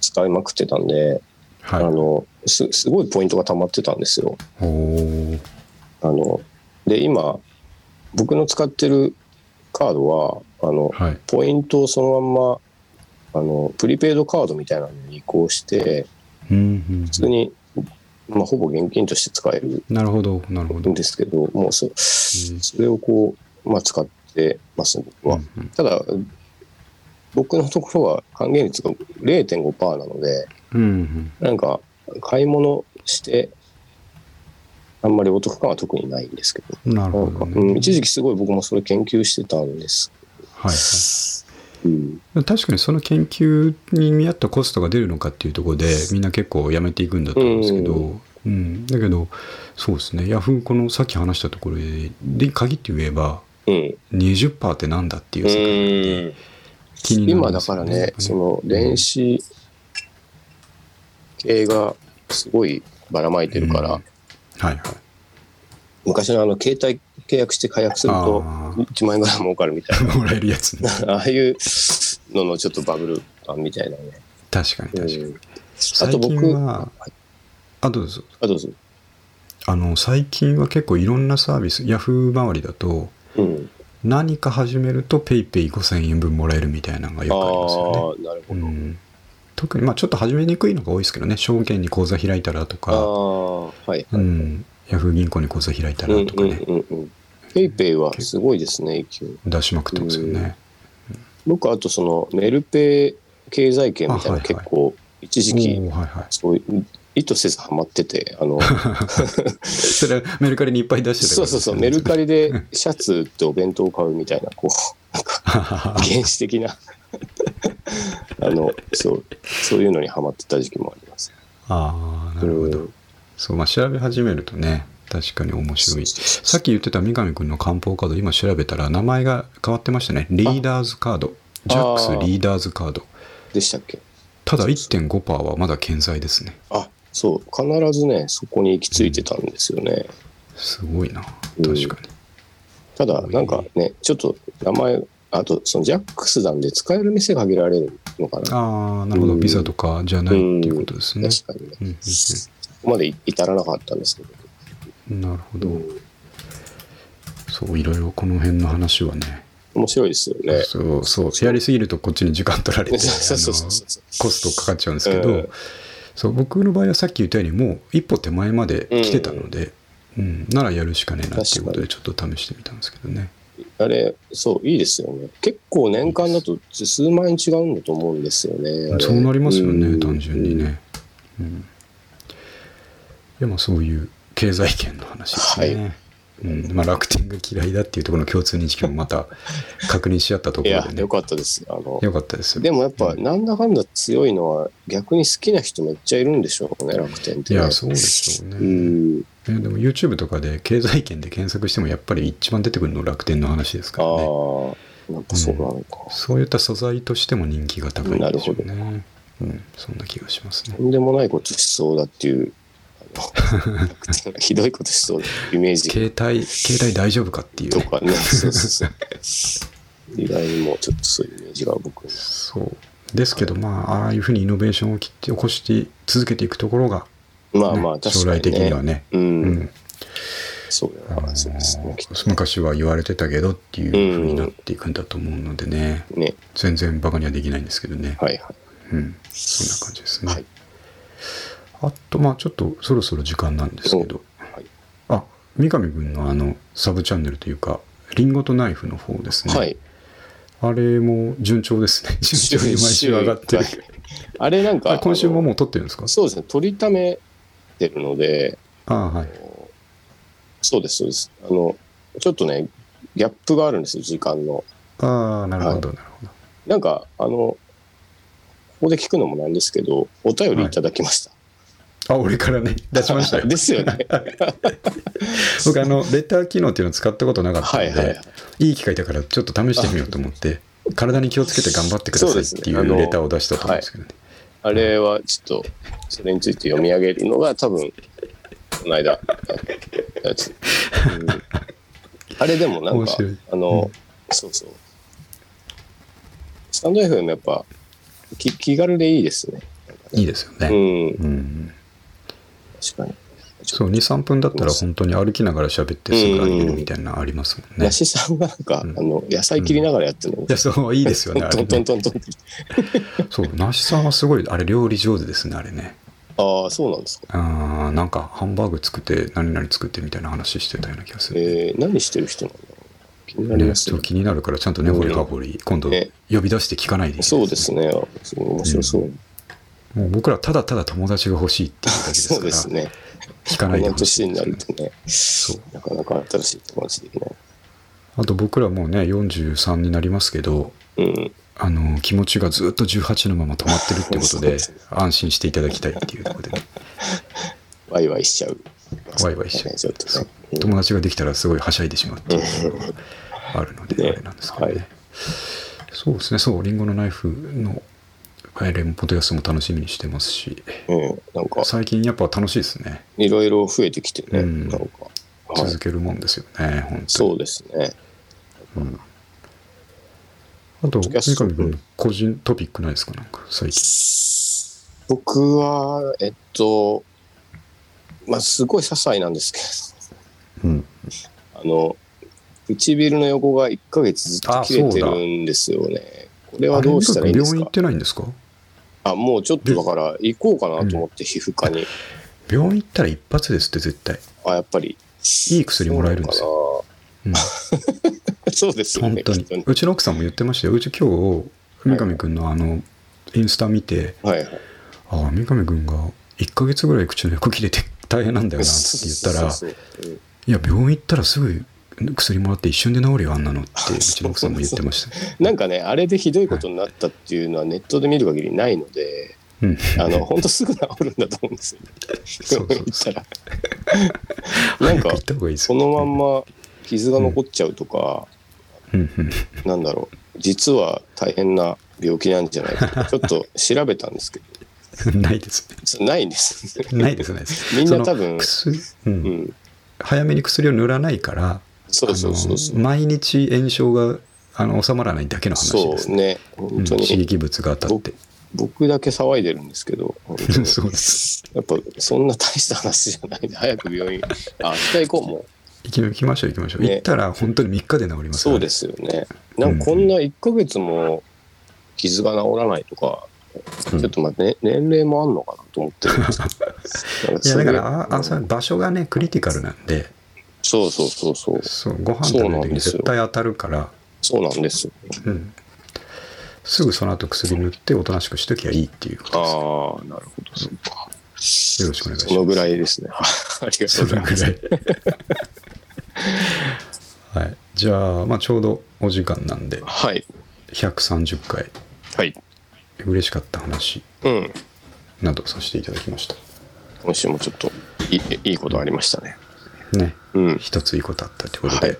Speaker 2: 使いまくってたんで、
Speaker 1: はい
Speaker 2: あのすすごいポイントが溜まってたんですよ。
Speaker 1: おー
Speaker 2: あの、で、今、僕の使ってるカードは、あの、
Speaker 1: はい
Speaker 2: ポイントをそのまんま、あの、プリペイドカードみたいなのに移行して、
Speaker 1: うんうん
Speaker 2: 普通にまあ、ほぼ現金として使える
Speaker 1: なるほど、なるほど。
Speaker 2: んですけど、もうそ
Speaker 1: うん
Speaker 2: それをこう、まあ、使ってます、僕は。
Speaker 1: うん
Speaker 2: ただ、僕のところは還元率が0.5%なので、
Speaker 1: うんうん
Speaker 2: なんか、買い物して、あんまりお得感は特にないんですけど、
Speaker 1: うんなる
Speaker 2: な
Speaker 1: ほ
Speaker 2: んか、
Speaker 1: ど、
Speaker 2: う
Speaker 1: ね
Speaker 2: ん、一時期すごい僕もそれ研究してたんです。
Speaker 1: はいはい
Speaker 2: うん、
Speaker 1: 確かにその研究に見合ったコストが出るのかっていうところでみんな結構やめていくんだと思うんですけど、う
Speaker 2: うん
Speaker 1: だけどそうですねヤフーこのさっき話したところでで限って言えば
Speaker 2: うん、
Speaker 1: 20%ってなんだっていう世界
Speaker 2: うん
Speaker 1: 気にな
Speaker 2: 今
Speaker 1: りま
Speaker 2: だ
Speaker 1: す
Speaker 2: か
Speaker 1: よ
Speaker 2: ら
Speaker 1: ね
Speaker 2: ね、その電子系がすごいばらまいてるから、
Speaker 1: うんはいはい
Speaker 2: 昔のあの携帯契約して解約すると
Speaker 1: あー <laughs>
Speaker 2: 1万円ぐらい儲かるみたい
Speaker 1: もらえるやつ
Speaker 2: <laughs>
Speaker 1: ね
Speaker 2: な、ああいうののちょっとバブル感みたいなね。
Speaker 1: 確かに確
Speaker 2: う
Speaker 1: かに、
Speaker 2: ん、あ
Speaker 1: 最
Speaker 2: と
Speaker 1: 近
Speaker 2: 僕、
Speaker 1: はあどうぞ
Speaker 2: あ、どうぞ。
Speaker 1: あの最近は結構いろんなサービスヤフー周りだと
Speaker 2: うん、
Speaker 1: 何か始めると PayPay5000 円分もらえるみたいなのがよ
Speaker 2: ああ
Speaker 1: くありますよね
Speaker 2: ー、なる
Speaker 1: う
Speaker 2: ほど。
Speaker 1: ん、特にまあちょっと始めにくいのが多いですけどね証券に口座開いたらと
Speaker 2: あ
Speaker 1: か、
Speaker 2: あ、はい。
Speaker 1: うん、ヤフー銀行に口座開いた
Speaker 2: う
Speaker 1: ら
Speaker 2: ん
Speaker 1: とかね、
Speaker 2: うんうんうん。ペイペイはすごいですね、勢い。
Speaker 1: 出しまくってますよね、
Speaker 2: 僕、あとそのメルペイ経済圏みたい
Speaker 1: あはいは
Speaker 2: ない結構一時
Speaker 1: お
Speaker 2: 期
Speaker 1: ーはいはい
Speaker 2: そういう意図せずハマってて、
Speaker 1: <laughs>
Speaker 2: あの、
Speaker 1: それはメルカリにいっぱい出してた
Speaker 2: そうそうそう、
Speaker 1: <laughs>
Speaker 2: メルカリでシャツとお弁当を買うみたいな、こう、なんか
Speaker 1: リ
Speaker 2: 原始的な、 <laughs> あの、そう、そういうのにハマってた時期もあります。
Speaker 1: ああなるほど、
Speaker 2: うん
Speaker 1: そうまあ調べ始めるとね確かに面白いさっき言ってた三上君の漢方カード今調べたら名前が変わってましたねリーダーズカード
Speaker 2: あ
Speaker 1: ジャックスリーダーズカード
Speaker 2: でしたっけ
Speaker 1: ただ1.5%はまだ健在ですね
Speaker 2: あ、そう、必ずね、そこに行き着いてたんですよね。
Speaker 1: すごいな
Speaker 2: うん
Speaker 1: 確かに、
Speaker 2: ただ、なんかね、ちょっと名前、あと、そのジャックスなんで使える店限られるのかな。
Speaker 1: ああ、なるほど、
Speaker 2: うん
Speaker 1: ビザとかじゃないっていうことですね。
Speaker 2: 確かにね。
Speaker 1: うんうん
Speaker 2: そこまで至らなかったんですけど。
Speaker 1: うんなるほど。そう、いろいろこの辺の話はね、
Speaker 2: 面白いですよ <laughs> ね。
Speaker 1: そうそう、やりすぎるとこっちに時間取られて、あの
Speaker 2: <laughs> そうそうそうそう
Speaker 1: コストかかっちゃうんですけど、
Speaker 2: うん
Speaker 1: そう僕の場合はさっき言ったように、もう一歩手前まで来てたので、うんならやるしかねえなっていうことで、ちょっと試してみたんですけどね。
Speaker 2: あれ、そう、いいですよね。結構年間だと数万円違うんだと思うんですよね。あれ
Speaker 1: そうなりますよね、単純に。
Speaker 2: うん
Speaker 1: ね。うん、でもそういう経済圏の話ですね。うんまあ、楽天が嫌いだっていうところの共通認識もま
Speaker 2: <laughs>
Speaker 1: た確認し合ったとこ
Speaker 2: い
Speaker 1: ろ
Speaker 2: や
Speaker 1: で、ね
Speaker 2: よ。かったです。あの、
Speaker 1: よかったですよ。
Speaker 2: でもやっぱ、なんだかんだ強いのは、逆に好きな人めっちゃいるんでしょうね、楽天っ
Speaker 1: い
Speaker 2: てね、
Speaker 1: や、そうでしょうね。
Speaker 2: うん。
Speaker 1: ねでも YouTube とかで経済圏で検索してもやっぱり一番出てくるの楽天の話です
Speaker 2: あ
Speaker 1: からね。
Speaker 2: あ、なんかそうなのか。
Speaker 1: そういった素材としても人気が高いんでしょうね。うん、そんな気がしますね
Speaker 2: と。んでもないことしそうだっ
Speaker 1: <laughs>
Speaker 2: ていう、あの楽天がひどいことしそうなイメージ
Speaker 1: 携帯、携帯大丈夫かっていう、
Speaker 2: と
Speaker 1: ね。
Speaker 2: かね。そうそうそう。意外にもちょっとそういうイメージが僕に。
Speaker 1: そう。ですけど、まあ、ああいうふうにイノベーションを起きて起こして続けていくところが、
Speaker 2: まあまあ、
Speaker 1: ね
Speaker 2: 確かに、ね。
Speaker 1: 将来的にはね。
Speaker 2: う。
Speaker 1: うんん
Speaker 2: それ
Speaker 1: あの
Speaker 2: はそうですね。きっ
Speaker 1: ー昔は言われてたけどっていうふうになっていくんだと思うのでね、
Speaker 2: とね。
Speaker 1: 全然バカにはできないんですけどね、
Speaker 2: はいは
Speaker 1: うん、そんな感じです
Speaker 2: い。
Speaker 1: ね、
Speaker 2: はい。
Speaker 1: あとまあちょっとそろそろ時間なんですけど
Speaker 2: はい。
Speaker 1: あ三上君のあのサブチャンネルというかリンゴとナイフの方ですね、
Speaker 2: はい、
Speaker 1: あれも順調です <laughs> ね順調に毎週上がってる
Speaker 2: はい <laughs> あれなん
Speaker 1: あ
Speaker 2: か、
Speaker 1: れ今週も
Speaker 2: あ
Speaker 1: もう撮ってるんですか
Speaker 2: のそうですね、取りためてるので、
Speaker 1: ああはい
Speaker 2: そうです、そうです。あの、ちょっとね、ギャップがあるんですよ、時間の。
Speaker 1: ああなるほど、なるほど
Speaker 2: なんか、あの、ここで聞くのもなんですけど、お便りいただきました。
Speaker 1: あ俺からね出しましたよ
Speaker 2: ですよね。
Speaker 1: <laughs> 僕あのレター機能っていうのを使ったことなかったので、
Speaker 2: はい
Speaker 1: い
Speaker 2: はいはい。
Speaker 1: い、機会だからちょっと試してみようと思って体に気をつけて頑張ってくださいっていう
Speaker 2: そうですねあの
Speaker 1: レターを出したと思うんですけどね
Speaker 2: あれはちょっと、それについて読み上げるのが多分、この間、やつ。うんあれでもなん
Speaker 1: 面
Speaker 2: か
Speaker 1: 白い、
Speaker 2: あの、そうそう。スタンド FM やっぱ気、気軽でいいですね。
Speaker 1: いいですよ
Speaker 2: う
Speaker 1: ね、
Speaker 2: ん、
Speaker 1: うん、
Speaker 2: 確かに。
Speaker 1: そう23分だったら本当に歩きながら喋ってすぐ上げるみたいなのありますもんね、い
Speaker 2: 梨さんがなんか、
Speaker 1: ん
Speaker 2: あの、野菜切りながらやってるの、
Speaker 1: やそういいですよねあ
Speaker 2: ト
Speaker 1: れ
Speaker 2: ントン
Speaker 1: ね
Speaker 2: トントンって。
Speaker 1: そう梨さんはすごいあれ料理上手ですねあれね
Speaker 2: ああ、そうなんですか。
Speaker 1: ああなんかハンバーグ作って何々作ってみたいな話してたような気がする、
Speaker 2: えー、何してる人なんだろう気になり
Speaker 1: ね、
Speaker 2: ます
Speaker 1: ちょ
Speaker 2: ね
Speaker 1: っと気になるからちゃんと根掘り葉掘り今度
Speaker 2: ね
Speaker 1: 呼び出して聞かないでいい
Speaker 2: そうですね。そう面白そう。
Speaker 1: もう僕らただただ友達が欲しいっていうだけです
Speaker 2: そ
Speaker 1: か
Speaker 2: う
Speaker 1: ら
Speaker 2: ですね。
Speaker 1: 聞
Speaker 2: こ
Speaker 1: かないで
Speaker 2: の
Speaker 1: ほし
Speaker 2: 年
Speaker 1: い
Speaker 2: に
Speaker 1: です
Speaker 2: な
Speaker 1: よね、
Speaker 2: るとね、
Speaker 1: そう
Speaker 2: なかなか新しい友達できない。
Speaker 1: あと僕らもうね43になりますけど
Speaker 2: うん。
Speaker 1: あの気持ちがずっと18のまま止まってるってこと
Speaker 2: <laughs> そう
Speaker 1: で
Speaker 2: ですね
Speaker 1: 安心していただきたいっていうところでね、
Speaker 2: ワイワイしちゃう。
Speaker 1: ワイワイしちゃう
Speaker 2: ちょっとね。
Speaker 1: 友達ができたらすごいはしゃいでしまうっていうのがあるので、
Speaker 2: ね
Speaker 1: あれなんですけどね、
Speaker 2: はい
Speaker 1: そうですねそう「リンゴのナイフの」えーレモンポテトヤスも楽しみにしてますし
Speaker 2: うん。なんか、
Speaker 1: 最近やっぱ楽しいですね
Speaker 2: いろいろ増えてきてね。
Speaker 1: うん
Speaker 2: なんか、はい
Speaker 1: 続けるもんですよね、本当に
Speaker 2: そうですね。
Speaker 1: うんあと、
Speaker 2: ドキャス
Speaker 1: 三上
Speaker 2: ト
Speaker 1: 君、個人トピックないですかなんか、最近。
Speaker 2: 僕は、えっと、まあ、すごい些細なんですけ
Speaker 1: うん。
Speaker 2: ど、あの、唇の横が1ヶ月ずっと切れてるんですよね。これはどうしたらいいんです
Speaker 1: あれ三上君病院
Speaker 2: か
Speaker 1: 行ってないんですか
Speaker 2: あ、もうちょっとだから行こうかなと思って皮膚科に。
Speaker 1: 病院行ったら一発ですって、絶対。
Speaker 2: あ、やっぱり。
Speaker 1: いい薬もらえるんです
Speaker 2: よ。
Speaker 1: うん、
Speaker 2: そうですよ
Speaker 1: 本
Speaker 2: ね。
Speaker 1: 当
Speaker 2: きっ
Speaker 1: に
Speaker 2: とね。
Speaker 1: うちの奥さんも言ってましたよ。うち今日、三上君のあの、インスタ見て、
Speaker 2: はいはい。
Speaker 1: ああ、三上君が1ヶ月ぐらい口の横切れて <laughs> 大変なんだよなって言ったら、
Speaker 2: そうそうそう
Speaker 1: いや、病院行ったらすぐ薬もらって一瞬で治るよ、あんなのって、うちの奥さんも言ってました。
Speaker 2: うんなんかね、あれでひどいことになったっていうのはネットで見る限りないので、
Speaker 1: うん。
Speaker 2: あ <laughs> の、本当すぐ治るんだと思うんですよね。
Speaker 1: そうそう
Speaker 2: <laughs> 言ったら。なんか
Speaker 1: 行、った方がいいです
Speaker 2: そ
Speaker 1: よ
Speaker 2: のまんま傷が残っちゃうとか、
Speaker 1: うんうん。
Speaker 2: なんだろう、実は大変な病気なんじゃないか。
Speaker 1: <laughs>
Speaker 2: ちょっと調べたんですけど、
Speaker 1: ないですね。
Speaker 2: そうないん
Speaker 1: <laughs>
Speaker 2: です。
Speaker 1: ないです、ないです。
Speaker 2: みんな
Speaker 1: その
Speaker 2: 多分
Speaker 1: 薬う
Speaker 2: うんん。
Speaker 1: 早めに薬を塗らないから、
Speaker 2: そうそうそうそう
Speaker 1: あの。毎日炎症があの収まらないだけの話
Speaker 2: そ
Speaker 1: です
Speaker 2: う
Speaker 1: ね。
Speaker 2: ね、本当
Speaker 1: うん刺
Speaker 2: に、
Speaker 1: 激物が当たって。
Speaker 2: 僕だけ騒いでるんですけど、本当に
Speaker 1: <laughs> そうです。
Speaker 2: やっぱそんな大した話じゃないんで、早く病院、あ、明日行こう、もう。
Speaker 1: 行き行 <laughs> きましょう、行きましょう。
Speaker 2: ね
Speaker 1: 行ったら本当に3日で治りますから
Speaker 2: そうですよね。なんかこんな1ヶ月も傷が治らないとか、
Speaker 1: うん
Speaker 2: ちょっとまあ、ね、年齢もあんのかなと思ってるんですけどな
Speaker 1: <laughs> <laughs>
Speaker 2: ん
Speaker 1: いや
Speaker 2: そう
Speaker 1: だか
Speaker 2: う
Speaker 1: らああ
Speaker 2: う
Speaker 1: そうん場所がねクリティカルなんで
Speaker 2: そうそうそうそう。
Speaker 1: そうご飯食べる時に絶対当たるから
Speaker 2: そうなんですよ。
Speaker 1: す,、うん、すぐその後薬塗っておとなしくしときゃいいっていうこと
Speaker 2: あ
Speaker 1: で
Speaker 2: あ、なるほど、そうか。
Speaker 1: すよろしくお願いします
Speaker 2: そのぐらいですね。 <laughs> ありがと
Speaker 1: そう
Speaker 2: ござ
Speaker 1: れぐ
Speaker 2: います。
Speaker 1: ら
Speaker 2: <laughs>
Speaker 1: い。はい、じゃあ、まあ、ちょうどお時間なんで
Speaker 2: はい。
Speaker 1: 130回
Speaker 2: はい。
Speaker 1: 嬉しかった話
Speaker 2: うん。
Speaker 1: などさせていただきました
Speaker 2: 今週もちょっといいいいことありましたね。
Speaker 1: ね
Speaker 2: うん。
Speaker 1: 一ついいことあったということで、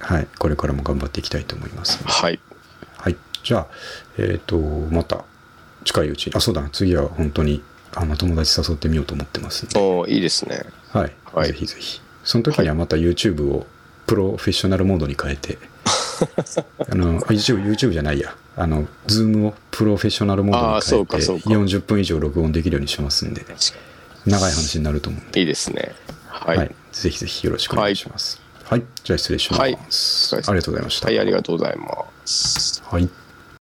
Speaker 1: はいこれからも頑張っていきたいと思います、
Speaker 2: はい。
Speaker 1: はい、じゃあ、えっとまた近いうちにあそうだな次は本当にあの友達誘ってみようと思ってますんで、
Speaker 2: おーいいですね。
Speaker 1: はい
Speaker 2: はい
Speaker 1: ぜひぜひその時にはまた YouTube をプロフェッショナルモードに変え
Speaker 2: <laughs>
Speaker 1: てあの YouTube, YouTube じゃないやあの Zoom をプロフェッショナルモード
Speaker 2: あーそう
Speaker 1: に
Speaker 2: か
Speaker 1: 変
Speaker 2: そ
Speaker 1: え
Speaker 2: う
Speaker 1: て
Speaker 2: か
Speaker 1: 40分以上録音できるようにしますんで長い話になると思うんで、
Speaker 2: いいですね。は。
Speaker 1: はいい
Speaker 2: はい、
Speaker 1: ぜひぜひよろしくお願いします、はいじゃあ失礼します、
Speaker 2: はい
Speaker 1: ありがとうございました、
Speaker 2: ありがとうございます。
Speaker 1: はい